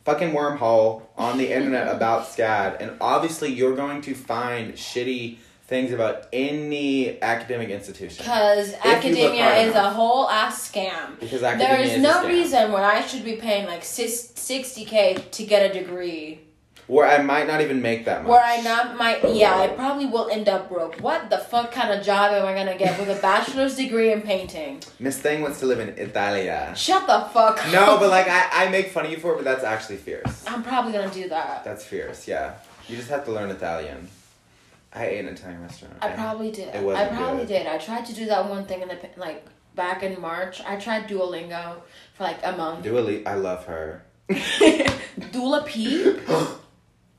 fucking wormhole on the internet about SCAD, and obviously you're going to find shitty things about any academic institution Because academia hard is enough. a whole ass scam. because There academia is a no scam. reason why I should be paying like sixty k to get a degree where I might not even make that much. where I not might yeah I probably will end up broke. What the fuck kind of job am I gonna get with a bachelor's degree in painting? Miss Thing wants to live in Italia. Shut the fuck. up. No, but like I, I make fun of you for it, but that's actually fierce. I'm probably gonna do that. That's fierce, yeah. You just have to learn Italian. I ate in an Italian restaurant. I probably did. It wasn't I probably good. did. I tried to do that one thing in the pa- like back in March. I tried Duolingo for like a month. Dua Li- I love her. Dula P.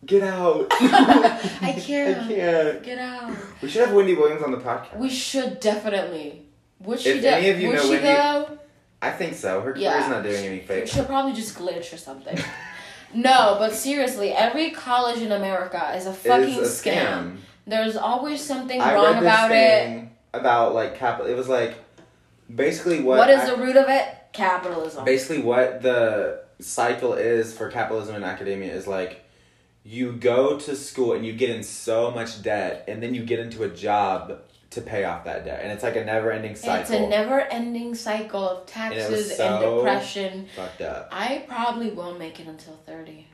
Get out. I I can't. can't. Get out. We should have Wendy Williams on the podcast. We should definitely. Would she If go? any of you would know she when you- go? I think so. Her Yeah. career's not doing any favor. She'll probably just glitch or something. no, but seriously, every college in America is a fucking It's a scam. scam. There's always something I read wrong this about it. thing about like capital. It was like basically what. what is ac- the root of it? Capitalism. basically what the cycle is for capitalism and academia is like you go to school and you get in so much debt and then you get into a job to pay off that debt and it's like a never ending cycle It's a never-ending cycle of was taxes and, so- depression. fucked up I probably won't make it until thirty.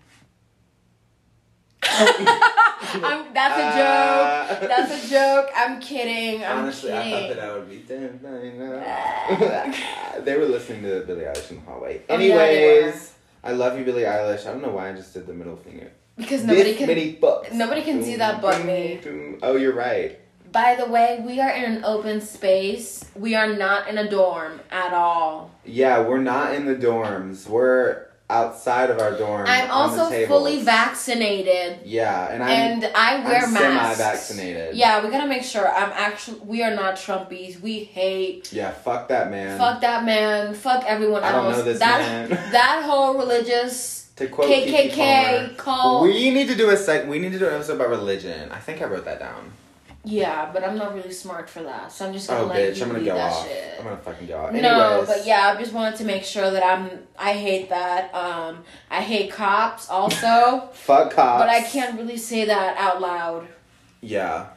I'm, that's a joke. Uh, That's a joke. I'm kidding. I'm honestly kidding. Ah. i thought that i would be dead by now. they were listening to billie eilish in the hallway Oh, yeah, they were. anyways i love you billie eilish i don't know why i just did the middle finger because nobody This can. many books. nobody can see that but me. oh you're right By the way, we are in an open space. We are not in a dorm at all. Yeah, we're not in the dorms. We're outside of our dorm. on I'm the also tables. fully vaccinated, Yeah, and I'm and I wear I'm masks. semi-vaccinated. Yeah, we gotta make sure. I'm actually. We are not Trumpies. We hate. yeah. Fuck that man. Fuck that man. Fuck everyone I else. don't know this that man. that whole religious to quote Kiki Palmer, KKK cult. we need to do a sec. We need to do an episode about religion. I think I wrote that down. yeah, but I'm not really smart for that, so I'm just gonna Oh, let bitch! you I'm gonna read go that off. shit. I'm gonna fucking go off. No, Anyways, but yeah, I just wanted to make sure that I'm. I hate that. Um, I hate cops also, Fuck cops. but I can't really say that out loud Yeah.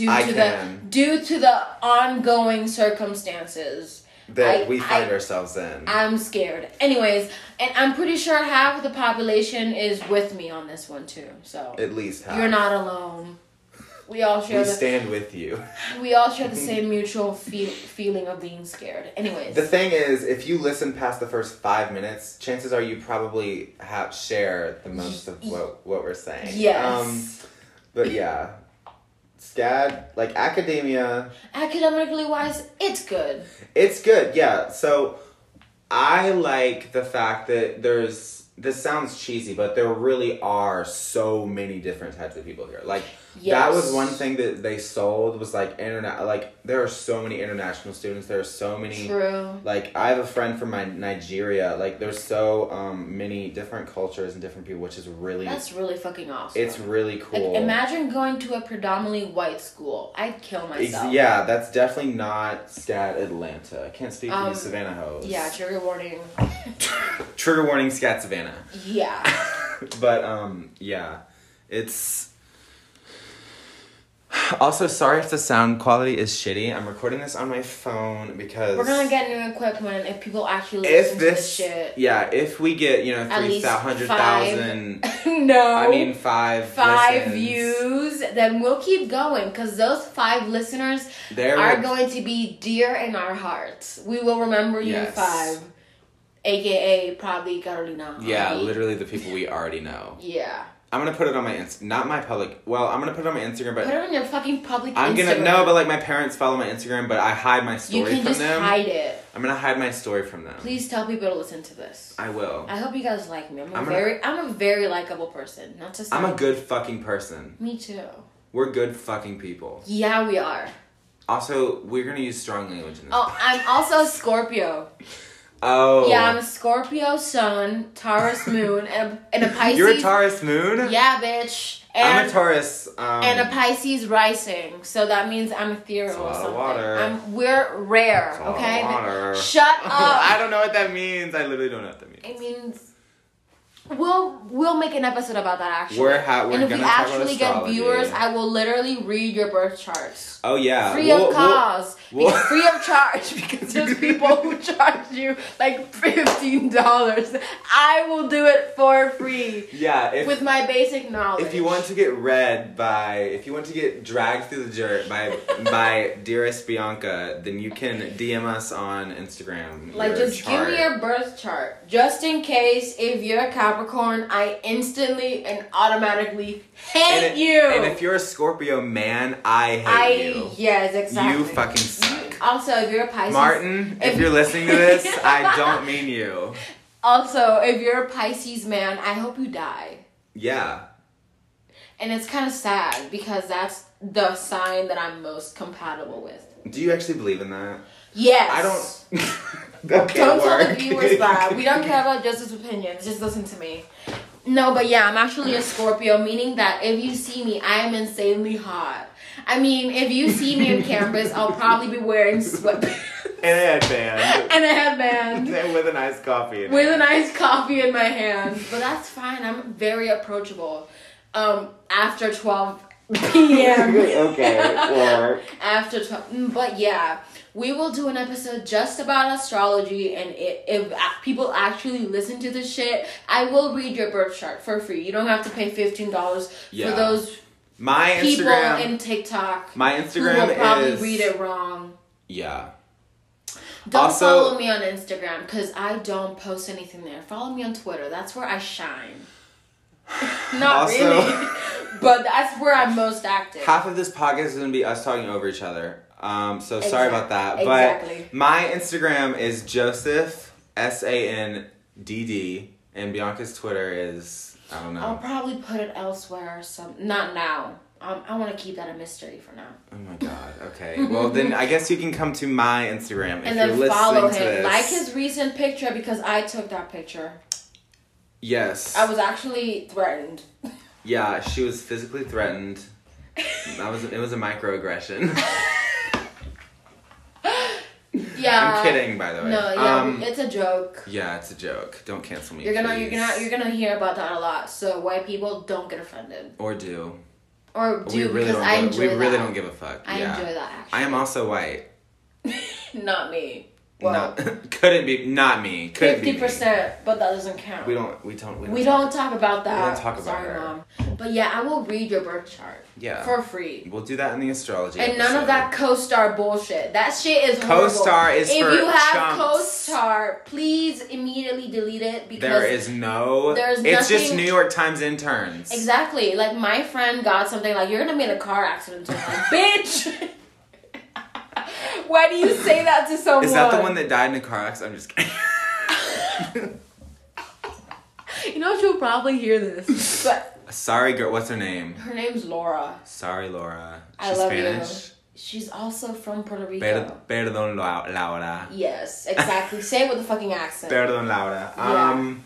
due I to the can. due to the ongoing circumstances. That I- we find I- ourselves in. I'm scared. Anyways, and I'm pretty sure half of the population is with me on this one too. So At least half. you're not alone. We all share We the, stand with you. we all share the same mutual feel, feeling of being scared. Anyways, The thing is, if you listen past the first five minutes, chances are you probably have share the most of what what we're saying. Um, yes. but yeah, SCAD like academia, academically wise, it's good. it's good. Yeah, so I like the fact that there's. This sounds cheesy, but there really are so many different types of people here. Like Yes. That was one thing that they sold was like internet. Like there are so many international students. There are so many. True. Like I have a friend from my Nigeria. Like there's so um, many different cultures and different people, which is really That's really fucking awesome. it's really like cool. imagine going to a predominantly white school. I'd kill Ex- myself. yeah, that's definitely not scat Atlanta. I can't speak for Um, you Savannah hoes. Yeah, trigger warning. Trigger warning, scat Savannah. Yeah. but um, yeah, it's. Also, sorry if the sound quality is shitty. I'm recording this on my phone because We're gonna get new equipment if people actually if listen this, to this shit. yeah if we get you know At three least hundred thousand no. i mean five Oh, five listens, views, then we'll keep going because those five listeners there are will- going to be dear in our hearts. We will remember you Yes. five, aka probably Carolina. yeah Hardy. literally the people we already know Yeah. i'm gonna put it on my Inst- not my public well i'm gonna put it on my instagram Put but it on your fucking public. i'm gonna Instagram. no but like my parents follow my instagram but i hide my story you can from just them hide it. i'm gonna hide my story from them Please tell people to listen to this. i will I hope you guys like me. I'm a I'm a- very, i I'm a very likable person. Not to say i'm a good fucking person Me too. we're good fucking people Yeah, we are. also we're gonna use strong language in this Oh, I'm also a Scorpio. oh Yeah, I'm a Scorpio sun, Taurus moon, and a, and a Pisces. you're a taurus moon Yeah, bitch. And, i'm a taurus um, and a Pisces rising. So that means I'm ethereal It's a or lot of water. something. I'm, we're rare, It's all okay? water. Shut up. I don't know what that means. I literally don't know what that means. It means we'll we'll make an episode about that actually. We're ha- we're and if we gonna talk about actually get astrology. viewers, I will literally read your birth charts. Oh yeah, Free We'll- of we'll- cost, we'll- because- free of charge, because there's people who charge you like fifteen dollars. I will do it for free yeah, if with my basic knowledge. if you want to get read by, if you want to get dragged through the dirt by by dearest Bianca, then you can DM us on Instagram. like, your just chart. give me your birth chart, just in case. If you're a Capricorn, I instantly and automatically hate and if- you. And if you're a Scorpio man, I hate I you. yes, exactly. You fucking suck. Also, if you're a Pisces, Martin, if, if- you're listening to this, I don't mean you. Also, if you're a Pisces man, I hope you die. Yeah. And it's kind of sad because that's the sign that I'm most compatible with. Do you actually believe in that? Yes. I don't. Okay, Don't tell the work. viewers that. We don't care about Joseph's opinions. Just listen to me. No, but yeah, I'm actually a Scorpio, meaning that if you see me, I am insanely hot. I mean, if you see me in campus, I'll probably be wearing sweatpants And a headband. and a headband. And with an iced coffee. in it. with a nice coffee in my hand. But that's fine. I'm very approachable. Um, after twelve p.m. or after twelve, mm, but yeah, we will do an episode just about astrology. And i if a- people actually listen to this shit, I will read your birth chart for free. You don't have to pay fifteen dollars Yeah. for those my people Instagram. in TikTok my who will Instagram probably is read it wrong. yeah. Don't Also- follow me on Instagram because I don't post anything there. Follow me on Twitter. That's where I shine. Not Also- really, but that's where I'm most active. Half of this podcast is gonna be us talking over each other. Um, so sorry about that. Exact- But exactly. my Instagram is Joseph S A N D D And Bianca's Twitter is I don't know. I'll probably put it elsewhere or some. Not now. Um, I want to keep that a mystery for now. Oh my god. Okay. Well, then I guess you can come to my Instagram if And you're then listening follow to him. this. Like his recent picture because I took that picture. Yes. I was actually threatened. Yeah, she was physically threatened. That was it was a microaggression. Yeah. I'm kidding, by the way. No, yeah, Um, it's a joke. yeah, it's a joke. Don't cancel me. You're gonna, please. you're gonna, you're gonna hear about that a lot. So white people don't get offended, Or do. or do we really because don't. I give, enjoy we really that. don't give a fuck. I yeah. enjoy that. Actually. I am also white. Not me. No, Well, couldn't be. Not me. Couldn't be fifty me. percent, but that doesn't count. We don't. We don't. We don't. We don't talk about that. don't talk about Sorry, her. mom. But yeah, I will read your birth chart. Yeah. For free. We'll do that in the astrology. And none episode. of that co-star bullshit. That shit is horrible. Co-star is if for you have chumps. co-star, please immediately delete it because There is no. there's it's just nothing- New York Times interns. Exactly. Like my friend got something like you're gonna be in a car accident tomorrow." Bitch Why do you say that to someone? Is that the one that died in a car accident? I'm just kidding. You know she'll probably hear this. But Sorry, girl. What's her name? her name's Laura. Sorry, Laura. She's I love Spanish. you. She's also from Puerto Rico. Per- perdón, Lau- Laura. Yes, exactly. Say it with a fucking accent. Perdón, Laura. Yeah. Um.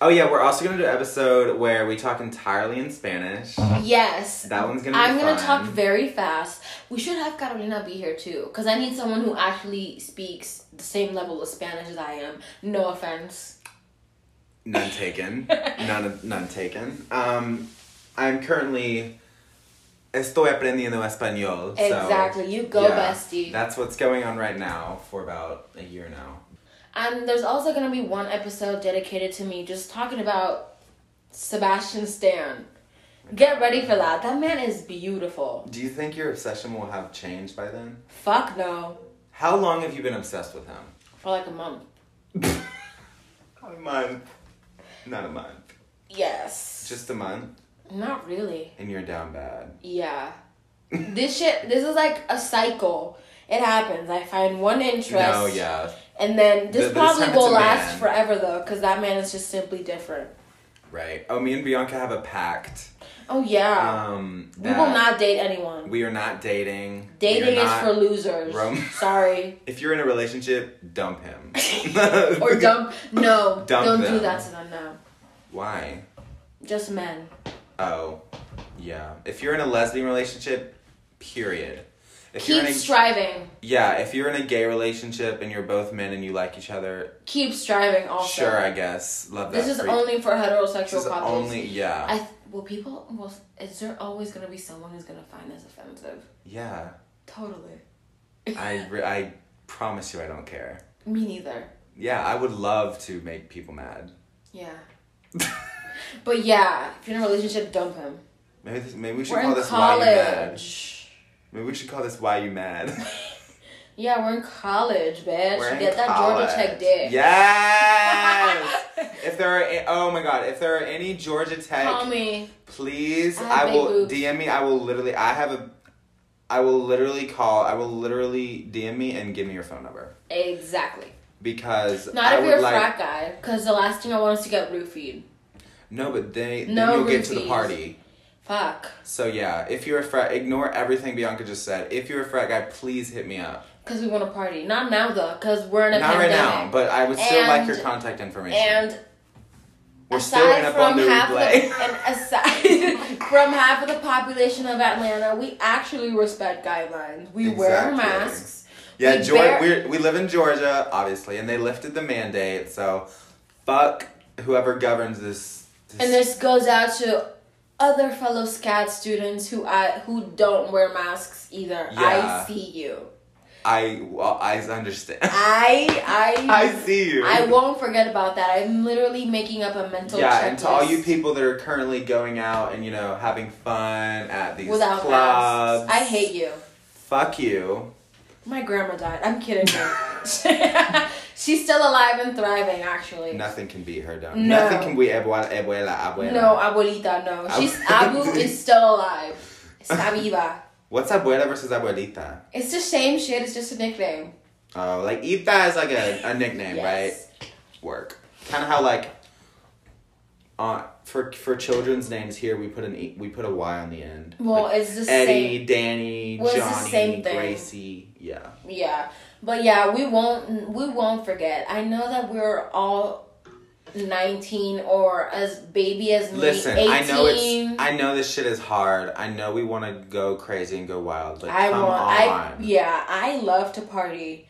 Oh yeah, we're also gonna do an episode where we talk entirely in Spanish. Uh-huh. Yes. That one's gonna. Be I'm gonna talk fun. very fast. We should have Carolina be here too, because I need someone who actually speaks the same level of Spanish as I am. No offense. None taken. none, none taken. Um, I'm currently estoy aprendiendo español. so- Exactly. You go, yeah, bestie. That's what's going on right now for about a year now. and there's also gonna be one episode dedicated to me just talking about Sebastian Stan. Get ready for that. That man is beautiful. Do you think your obsession will have changed by then? Fuck no. How long have you been obsessed with him? For like a month. Not a month. Not a month. Yes. Just a month, Not really. and you're down bad. Yeah. this shit, this is like a cycle. It happens. I find one interest. No, yeah, And then Th- this this probably time it's will a last man. forever though, because that man is just simply different. right. Oh, me and Bianca have a pact. Oh yeah. Um, we that will not date anyone. We are not dating. We are Dating is not- for losers. rom- Sorry. If you're in a relationship, dump him. Or dump. No. Dump don't do them. that to them. No. Why? Just men. Oh, yeah. If you're in a lesbian relationship, period. If you're Keep in a, striving. yeah, if you're in a gay relationship and you're both men and you like each other, Keep striving. Also. sure, I guess. Love that. This is for you. only for heterosexual This is couples. only yeah. I th- well, people. Well, is there always gonna be someone who's gonna find this offensive? yeah. Totally. I re- I promise you I don't care. Me neither. Yeah, I would love to make people mad. Yeah. but yeah, if you're in a relationship, dump him. Maybe this, maybe we should We're call in this why you mad. college. Maybe we should call this why you mad. Yeah, we're in college, bitch. We're in Get that Georgia college. Tech dick. Yes. if there are, a- oh my god, if there are any Georgia Tech, Call me. please, I I, have big will boobs. DM me. I will literally, I have a, I will literally call. I will literally DM me and give me your phone number Exactly. because Not I if would you're a like frat guy, because the last thing I want is to get roofied. no, but they then No you'll get to the roofies. party. Fuck. So yeah, if you're a frat, ignore everything Bianca just said. If you're a frat guy, please hit me up. Because we want to party. Not now, though, because we're in a Not right pandemic. now, but I would still like your And- contact information. And We're aside still in up on from the half of replay. the, and aside from half of the population of Atlanta, we actually respect guidelines. We wear Exactly. masks. Yeah, We Geor bear- we're, we live in Georgia, obviously, and they lifted the mandate. So, fuck whoever governs this. this And this goes out to other fellow SCAD students who I who don't wear masks either. I Yeah. see you. I well, I understand. I I I see you. I won't forget about that. I'm literally making up a mental yeah, checklist. and to all you people that are currently going out and you know having fun at these without clubs, masks. I hate you. Fuck you. My grandma died. I'm kidding. her. She's still alive and thriving actually. Nothing can beat her down. No. Nothing can beat abuela, abuela, abuela. No, abuelita, no. Ab- She's Abu is still alive. Está viva. What's abuela versus abuelita? It's the same shit, it's just a nickname. Oh, like Ita is like a, a nickname, Yes. right? Work. Kind of how like uh, for for children's names here we put an e, we put a y on the end. Well, Like it's the Eddie, same. Danny, Well, it's the Johnny, same thing. Gracie. Yeah. Yeah, but yeah, we won't we won't forget. I know that we're all nineteen or as baby as me. Listen, 18. I know it's I know this shit is hard. I know we want to go crazy and go wild, but I come want. I on. yeah. I love to party,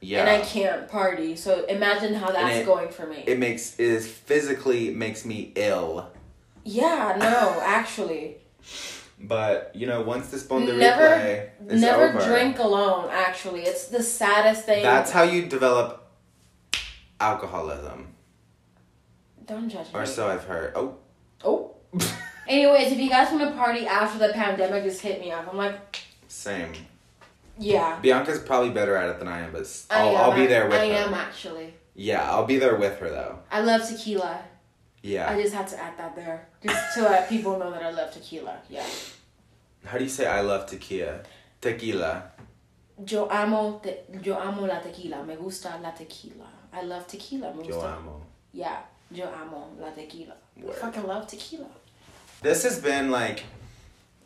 yeah. and I can't party. So imagine how that's it- going for me. it makes it is physically makes me ill. yeah. No, actually, But you know, once this Bon de never Replay is never over, drink alone. Actually, it's the saddest thing. That's how you develop alcoholism, Don't judge me. or so I've heard. Oh, Oh. Anyways, if you guys want to party after the pandemic, just hit me up. I'm like, same. yeah. Bianca's probably better at it than I am, but s- I I'll, am I'll be ac- there with I her. am actually. Yeah, I'll be there with her though. I love tequila. I Yeah. just had to add that there, just to let people know that I love tequila. Yeah. How do you say I love tequila? Tequila. Yo amo, te- yo amo la tequila. Me gusta la tequila. I love tequila. Me Yo gusta- amo. Yeah. Yo amo la tequila. I Word. fucking love tequila. This has been like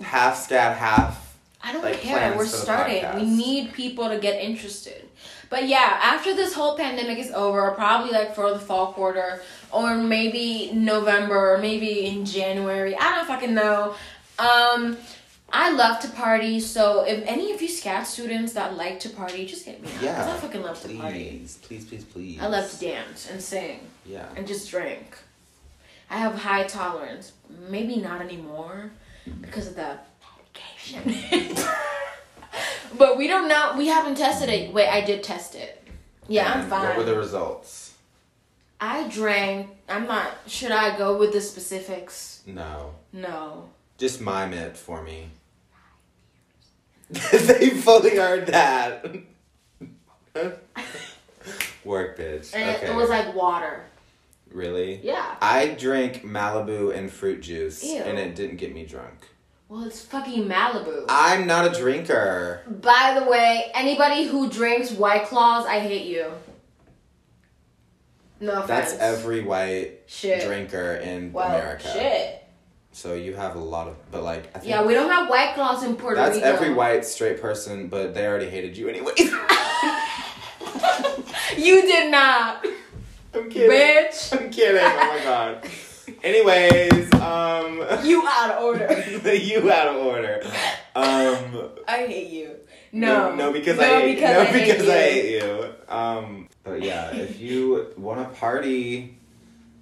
half scat, half. I don't Like, care. plans We're for the starting. We podcast. need people to get interested. But yeah, after this whole pandemic is over, probably like for the fall quarter, or maybe November, or maybe in January. I don't fucking know. Um, I love to party, so if any of you scat students that like to party, just hit me up. 'cause Yeah. I fucking love to party. Please, please, please, please. I love to dance and sing Yeah. and just drink. I have high tolerance. Maybe not anymore because of the medication. but we don't know. We haven't tested it. Wait, I did test it. Yeah, I'm And What were fine. the results? I drank. I'm not. Should I go with the specifics? No. No. Just mime it for me. they fully heard that. Work, bitch. And it- okay. it was like water. really? Yeah. I drank Malibu and fruit juice, Ew. and it didn't get me drunk. Well, it's fucking Malibu. I'm not a drinker. By the way, anybody who drinks White Claws, I hate you. No offense. That's every white shit. drinker in Well, America. shit. So you have a lot of, but like, I think Yeah, we don't have white claws in Puerto that's Rico. every white straight person, but they already hated you anyway. You did not, I'm kidding. bitch. I'm kidding. Oh my god. Anyways, um, You out of order. you out of order. Um, I hate you. No, no, because No, I hate, because no I hate because I you. hate you. Um, but yeah, if you want to party,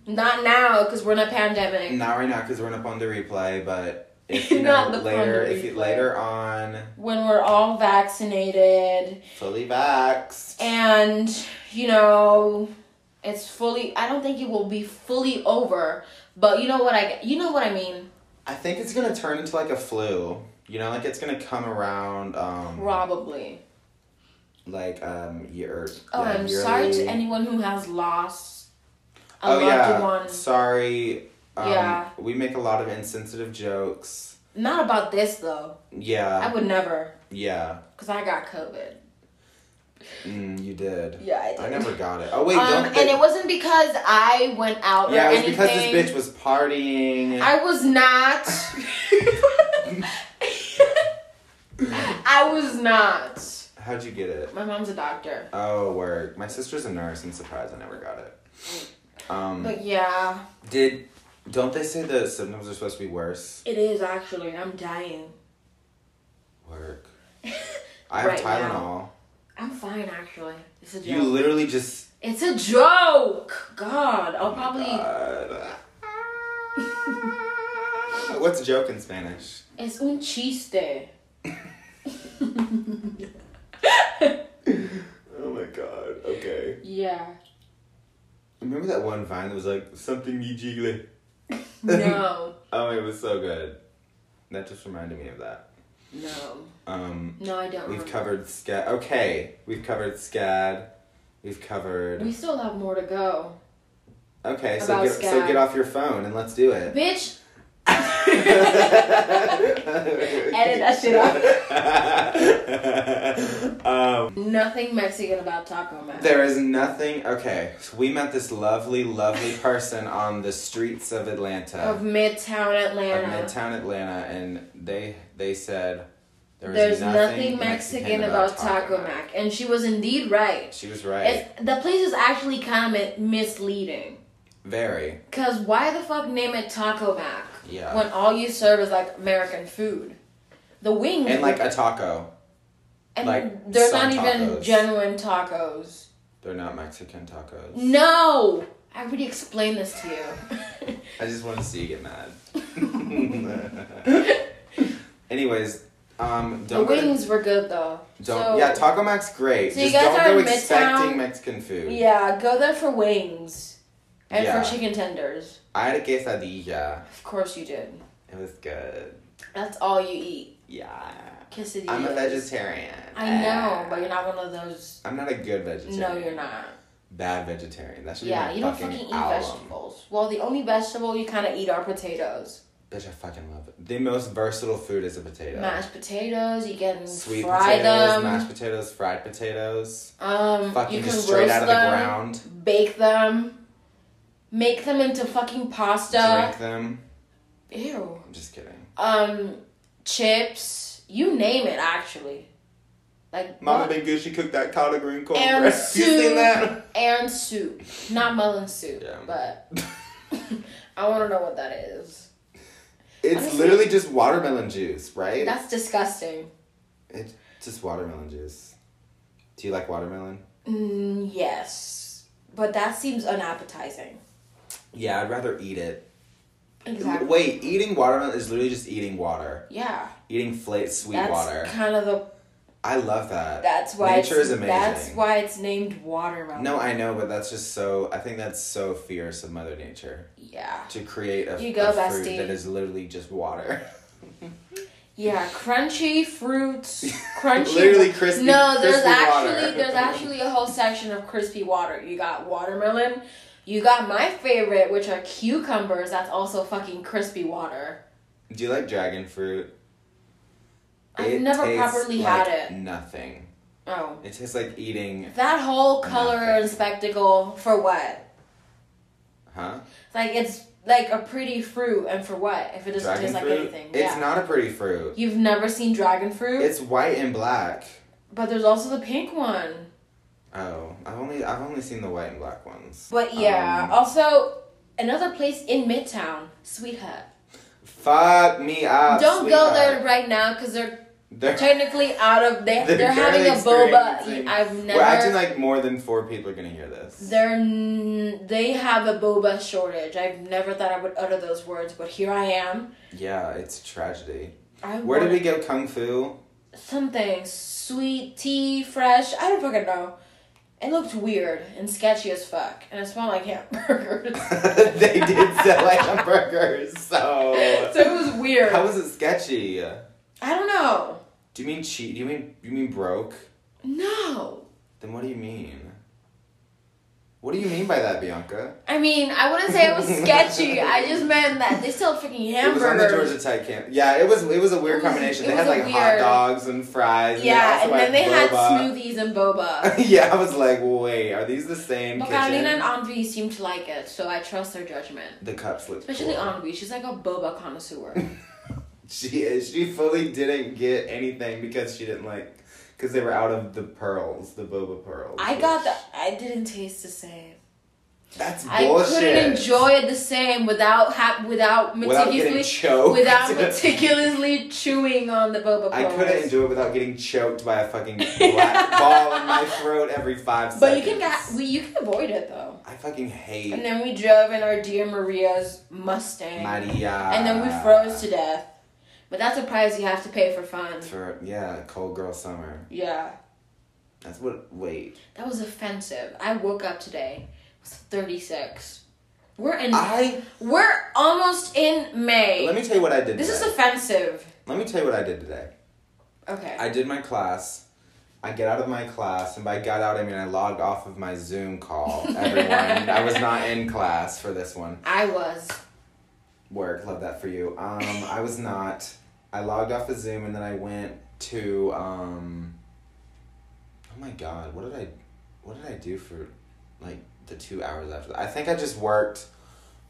Not now, because we're in a pandemic. not right now because we're not on the replay, but if you Not know the later, Ponder if you replay. later on, When we're all vaccinated fully vaxxed. and, you know, it's fully, I don't think it will be fully over, but you know what I, you know what I mean? I think it's gonna turn into like a flu. You know, like it's gonna come around. Um, Probably. like um year. Oh, yeah, I'm sorry to yearly. anyone who has lost a oh loved yeah. one. Sorry. Um, Yeah. We make a lot of insensitive jokes. Not about this, though. I Yeah. would never. yeah. Cause I got COVID. Mm, you did. Yeah, I did. I never got it. Oh wait, um, don't. and They, it wasn't because I went out yeah, it or was anything. because this bitch was partying. I was not. I was not. How'd you get it? My mom's a doctor, Oh, work. My sister's a nurse. I'm surprised I never got it. Um, but yeah, did don't they say the symptoms are supposed to be worse? it is actually. I'm dying. Work. I have Right Tylenol. now. I'm fine actually. It's a joke. You literally just it's a joke. God, I'll probably. God. What's a joke in Spanish? Es un chiste. Oh my god. Okay. Yeah. Remember that one vine that was like something you jiggly? No. Oh, it was so good. That just reminded me of that. no. Um, No, I don't. we've remember. covered scad. Okay, we've covered scad. We've covered. We still have more to go. Okay, so About get, so Scad. get off your phone and let's do it. Bitch, Edit that shit out. um, Nothing Mexican about Taco Man. there is nothing. Okay, so we met this lovely, lovely person on the streets of Atlanta, of Midtown uh, of Atlanta. Midtown Atlanta, and they they said there was There's nothing, nothing Mexican about Taco Mac. And she was indeed right. She was right. It's, the place is actually kind of misleading. Very. Because why the fuck name it Taco Mac Yeah. when all you serve is like American food? The wings. and like a taco. and like, they're some not even tacos. genuine tacos. They're not Mexican tacos. No! I already explained this to you. I just want to see you get mad. Anyways, um, the don't go to- wings were good though. Don't So- yeah, Taco Mac's great. So you Just guys don't are go in Midtown? expecting Mexican food. Yeah, go there for wings and Yeah. for chicken tenders. I had a quesadilla. Of course you did. It was good. That's all you eat. Yeah. Quesadillas. I'm a vegetarian. I know, but you're not one of those. I'm not a good vegetarian. No, you're not. Bad vegetarian. That should yeah, be my you don't fucking, fucking eat album. vegetables. Well, the only vegetable you kind of eat are potatoes. Bitch, I fucking love it. The most versatile food is a potato. Mashed potatoes, you can Sweet fry potatoes, them. mashed potatoes, fried potatoes. um, Fucking you can just straight roast out of them, the ground. bake them, make them into fucking pasta. Drink them. Ew. I'm just kidding. Um, chips. You name it, actually. Like Mama what? Big Gucci cooked that collard green And cornbread. You seen soup. that? and soup, not melon soup, Yeah. but I want to know what that is. It's Honestly- literally just watermelon juice, right? That's disgusting. It's just watermelon juice. Do you like watermelon? Mm, yes, but that seems unappetizing. Yeah, I'd rather eat it. Exactly. Wait, eating watermelon is literally just eating water. Yeah, Eating flat sweet that's water. kind of the. I love that. That's why Uh, nature it's, is amazing. That's why it's named watermelon. No, I know, but that's just so. I think that's so fierce of Mother Nature Yeah. to create a, You go, a fruit bestie. that is literally just water. Yeah, crunchy fruits, crunchy. Literally crispy- No, there's crispy water. actually there's actually a whole section of crispy water. You got watermelon. You got my favorite, which are cucumbers. That's also fucking crispy water. Do you like dragon fruit? I've never tastes properly like had it. Nothing. Oh, It tastes like eating, that whole color Nothing. and spectacle for what? huh? Like it's like a pretty fruit, and for what? If it doesn't Dragon taste like fruit. anything, It's yeah. not a pretty fruit. You've never seen dragon fruit, It's white and black. but there's also the pink one. Oh, I've only I've only seen the white and black ones. But yeah, Um, also another place in Midtown, Sweet Hut. Fuck me up. Don't go sweetheart. there right now because they're They're, technically out of they. They're, they're having a boba. experiencing- I've We're acting never. like more than four people are gonna hear this. they're n- they have a boba shortage. I've never thought I would utter those words, but here I am. Yeah, it's tragedy. I Where did want we get kung fu? something sweet tea, fresh. I don't fucking know. It looked weird and sketchy as fuck, and it smelled like hamburgers. they did sell like hamburgers, so so it was weird. Oh. how was it sketchy? I don't know. Do you mean cheat? Do you mean you mean broke? No. Then what do you mean? What do you mean by that, Bianca? I mean, I wouldn't say it was sketchy. I just meant that they sell freaking It was on the hamburgers. Georgia Tech camp. Yeah, it was it was a weird It was- combination. it They was had a like hot weird- dogs and fries. yeah, and also then they had boba. smoothies and boba. yeah, I was like, wait, are these the same But kitchen? Carolina and Anvi seem to like it, so I trust their judgment. the cups look Especially cool. Anvi, she's like a boba connoisseur. She is. She fully didn't get anything because she didn't like because they were out of the pearls, the boba pearls. I got the. I didn't taste the same. That's I bullshit. couldn't enjoy it the same without ha- without without getting meticulously choked. without meticulously chewing on the boba. I pearls. couldn't enjoy it without getting choked by a fucking black ball in my throat every five But you seconds. can get, we you can avoid it though. I fucking hate And then we drove in our dear Maria's Mustang. Maria. And then we froze to death. But that's a price you have to pay for fun. For yeah, cold girl summer. Yeah. That's what. Wait, That was offensive. I woke up today. It was 36. We're in I We're almost in May. let me tell you what I did. this is today. offensive. Let me tell you what I did today. Okay. I did my class. I get out of my class, and by got out, I mean I logged off of my Zoom call. Everyone, I was not in class for this one. I was. Work, love that for you. Um, I was not. I logged off of Zoom and then I went to. Um, oh my God, what did I, what did I do for, like the two hours after that? I think I just worked,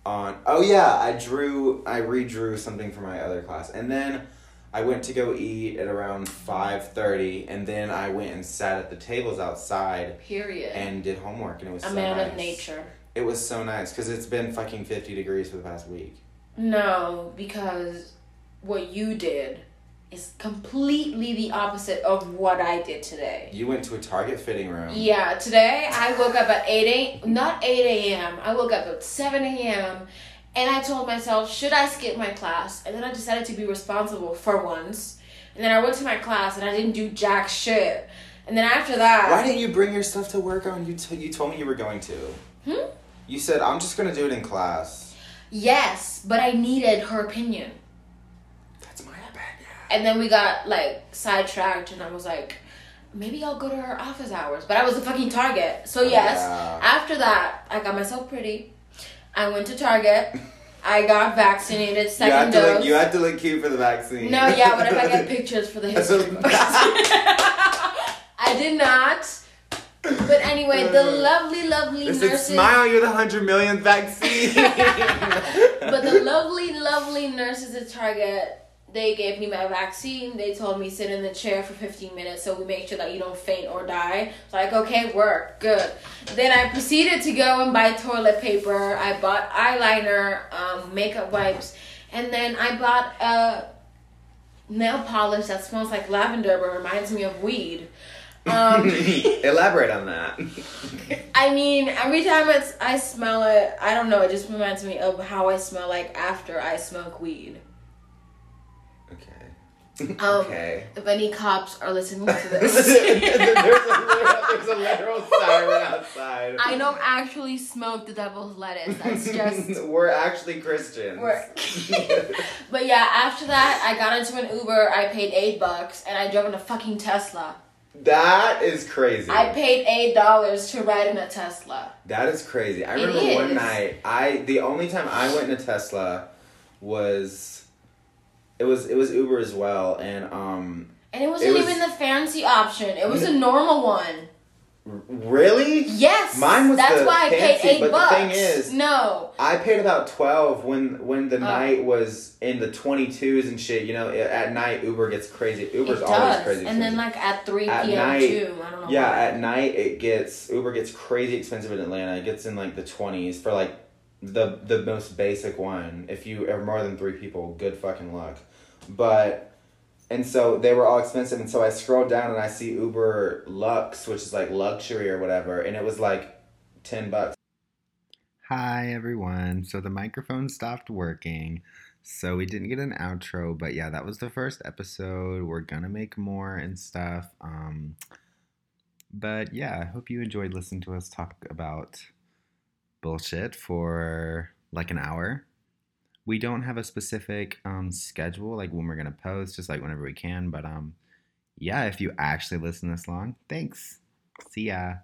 on. Oh yeah, I drew. I redrew something for my other class, and then. I went to go eat at around five thirty, and then I went and sat at the tables outside Period. and did homework, and it was a so man nice. of nature. It was so nice because it's been fucking 50 degrees for the past week. No, because what you did is completely the opposite of what I did today. You went to a Target fitting room. Yeah, today I woke up at 8 a not 8 a.m. I woke up at 7 a.m. and I told myself, should I skip my class? And then I decided to be responsible for once. And then I went to my class and I didn't do jack shit. And then after that, Why didn't you bring your stuff to work on? You, t- you told me you were going to. Hmm? You said, I'm just going to do it in class. yes, but I needed her opinion. That's my opinion. And then we got like sidetracked, and I was like, maybe I'll go to her office hours. But I was a fucking target. So, yes, Oh, Yeah. after that, I got myself pretty. I went to Target. I got vaccinated, You had, second to dose. look, you had to look cute for the vaccine. no, yeah, what if I get pictures for the history books? I did not. But anyway, the lovely, lovely Uh, It's like, nurses. smile, you're the 100 millionth vaccine. But the lovely, lovely nurses at Target, they gave me my vaccine. They told me sit in the chair for 15 minutes so we make sure that you don't faint or die. So like, okay, work, good. Then I proceeded to go and buy toilet paper. I bought eyeliner, um, makeup wipes, and then I bought a nail polish that smells like lavender but reminds me of weed. Um, Elaborate on that. I mean, every time it's I smell it, I don't know. It just reminds me of how I smell like after I smoke weed. Okay. Um, okay. If any cops are listening to there's, a this, literal, there's a literal siren outside. I don't actually smoke the devil's lettuce. That's just. We're actually Christians. We're- but yeah, after that, I got into an Uber. I paid eight bucks, and I drove in a fucking Tesla. that is crazy. I paid eight dollars to ride in a Tesla. that is crazy. I It remember one is. night I the only time I went in a Tesla was it was it was Uber as well and um And it wasn't was- even the fancy option. It was a normal one. r- really Yes. Mine was That's the why I fancy, paid eight but the bucks. thing is- no. I paid about twelve when when the Oh. night was in the twenty twos and shit. You know, i- at night Uber gets crazy. Uber's it always does. crazy. and then expensive. like at three At p.m. night- too. I don't know. Yeah, why. at night it gets Uber gets crazy expensive in Atlanta. It gets in like the twenties for like the the most basic one. If you are more than three people, good fucking luck. But and so they were all expensive, and so I scrolled down and I see Uber Lux, which is like luxury or whatever, and it was like ten bucks. Hi everyone. So the microphone stopped working. So we didn't get an outro, but yeah, that was the first episode. We're gonna make more and stuff. Um but yeah, I hope you enjoyed listening to us talk about bullshit for like an hour. We don't have a specific um, schedule, like when we're gonna post, just like whenever we can. But um, yeah, if you actually listen this long, thanks. See ya.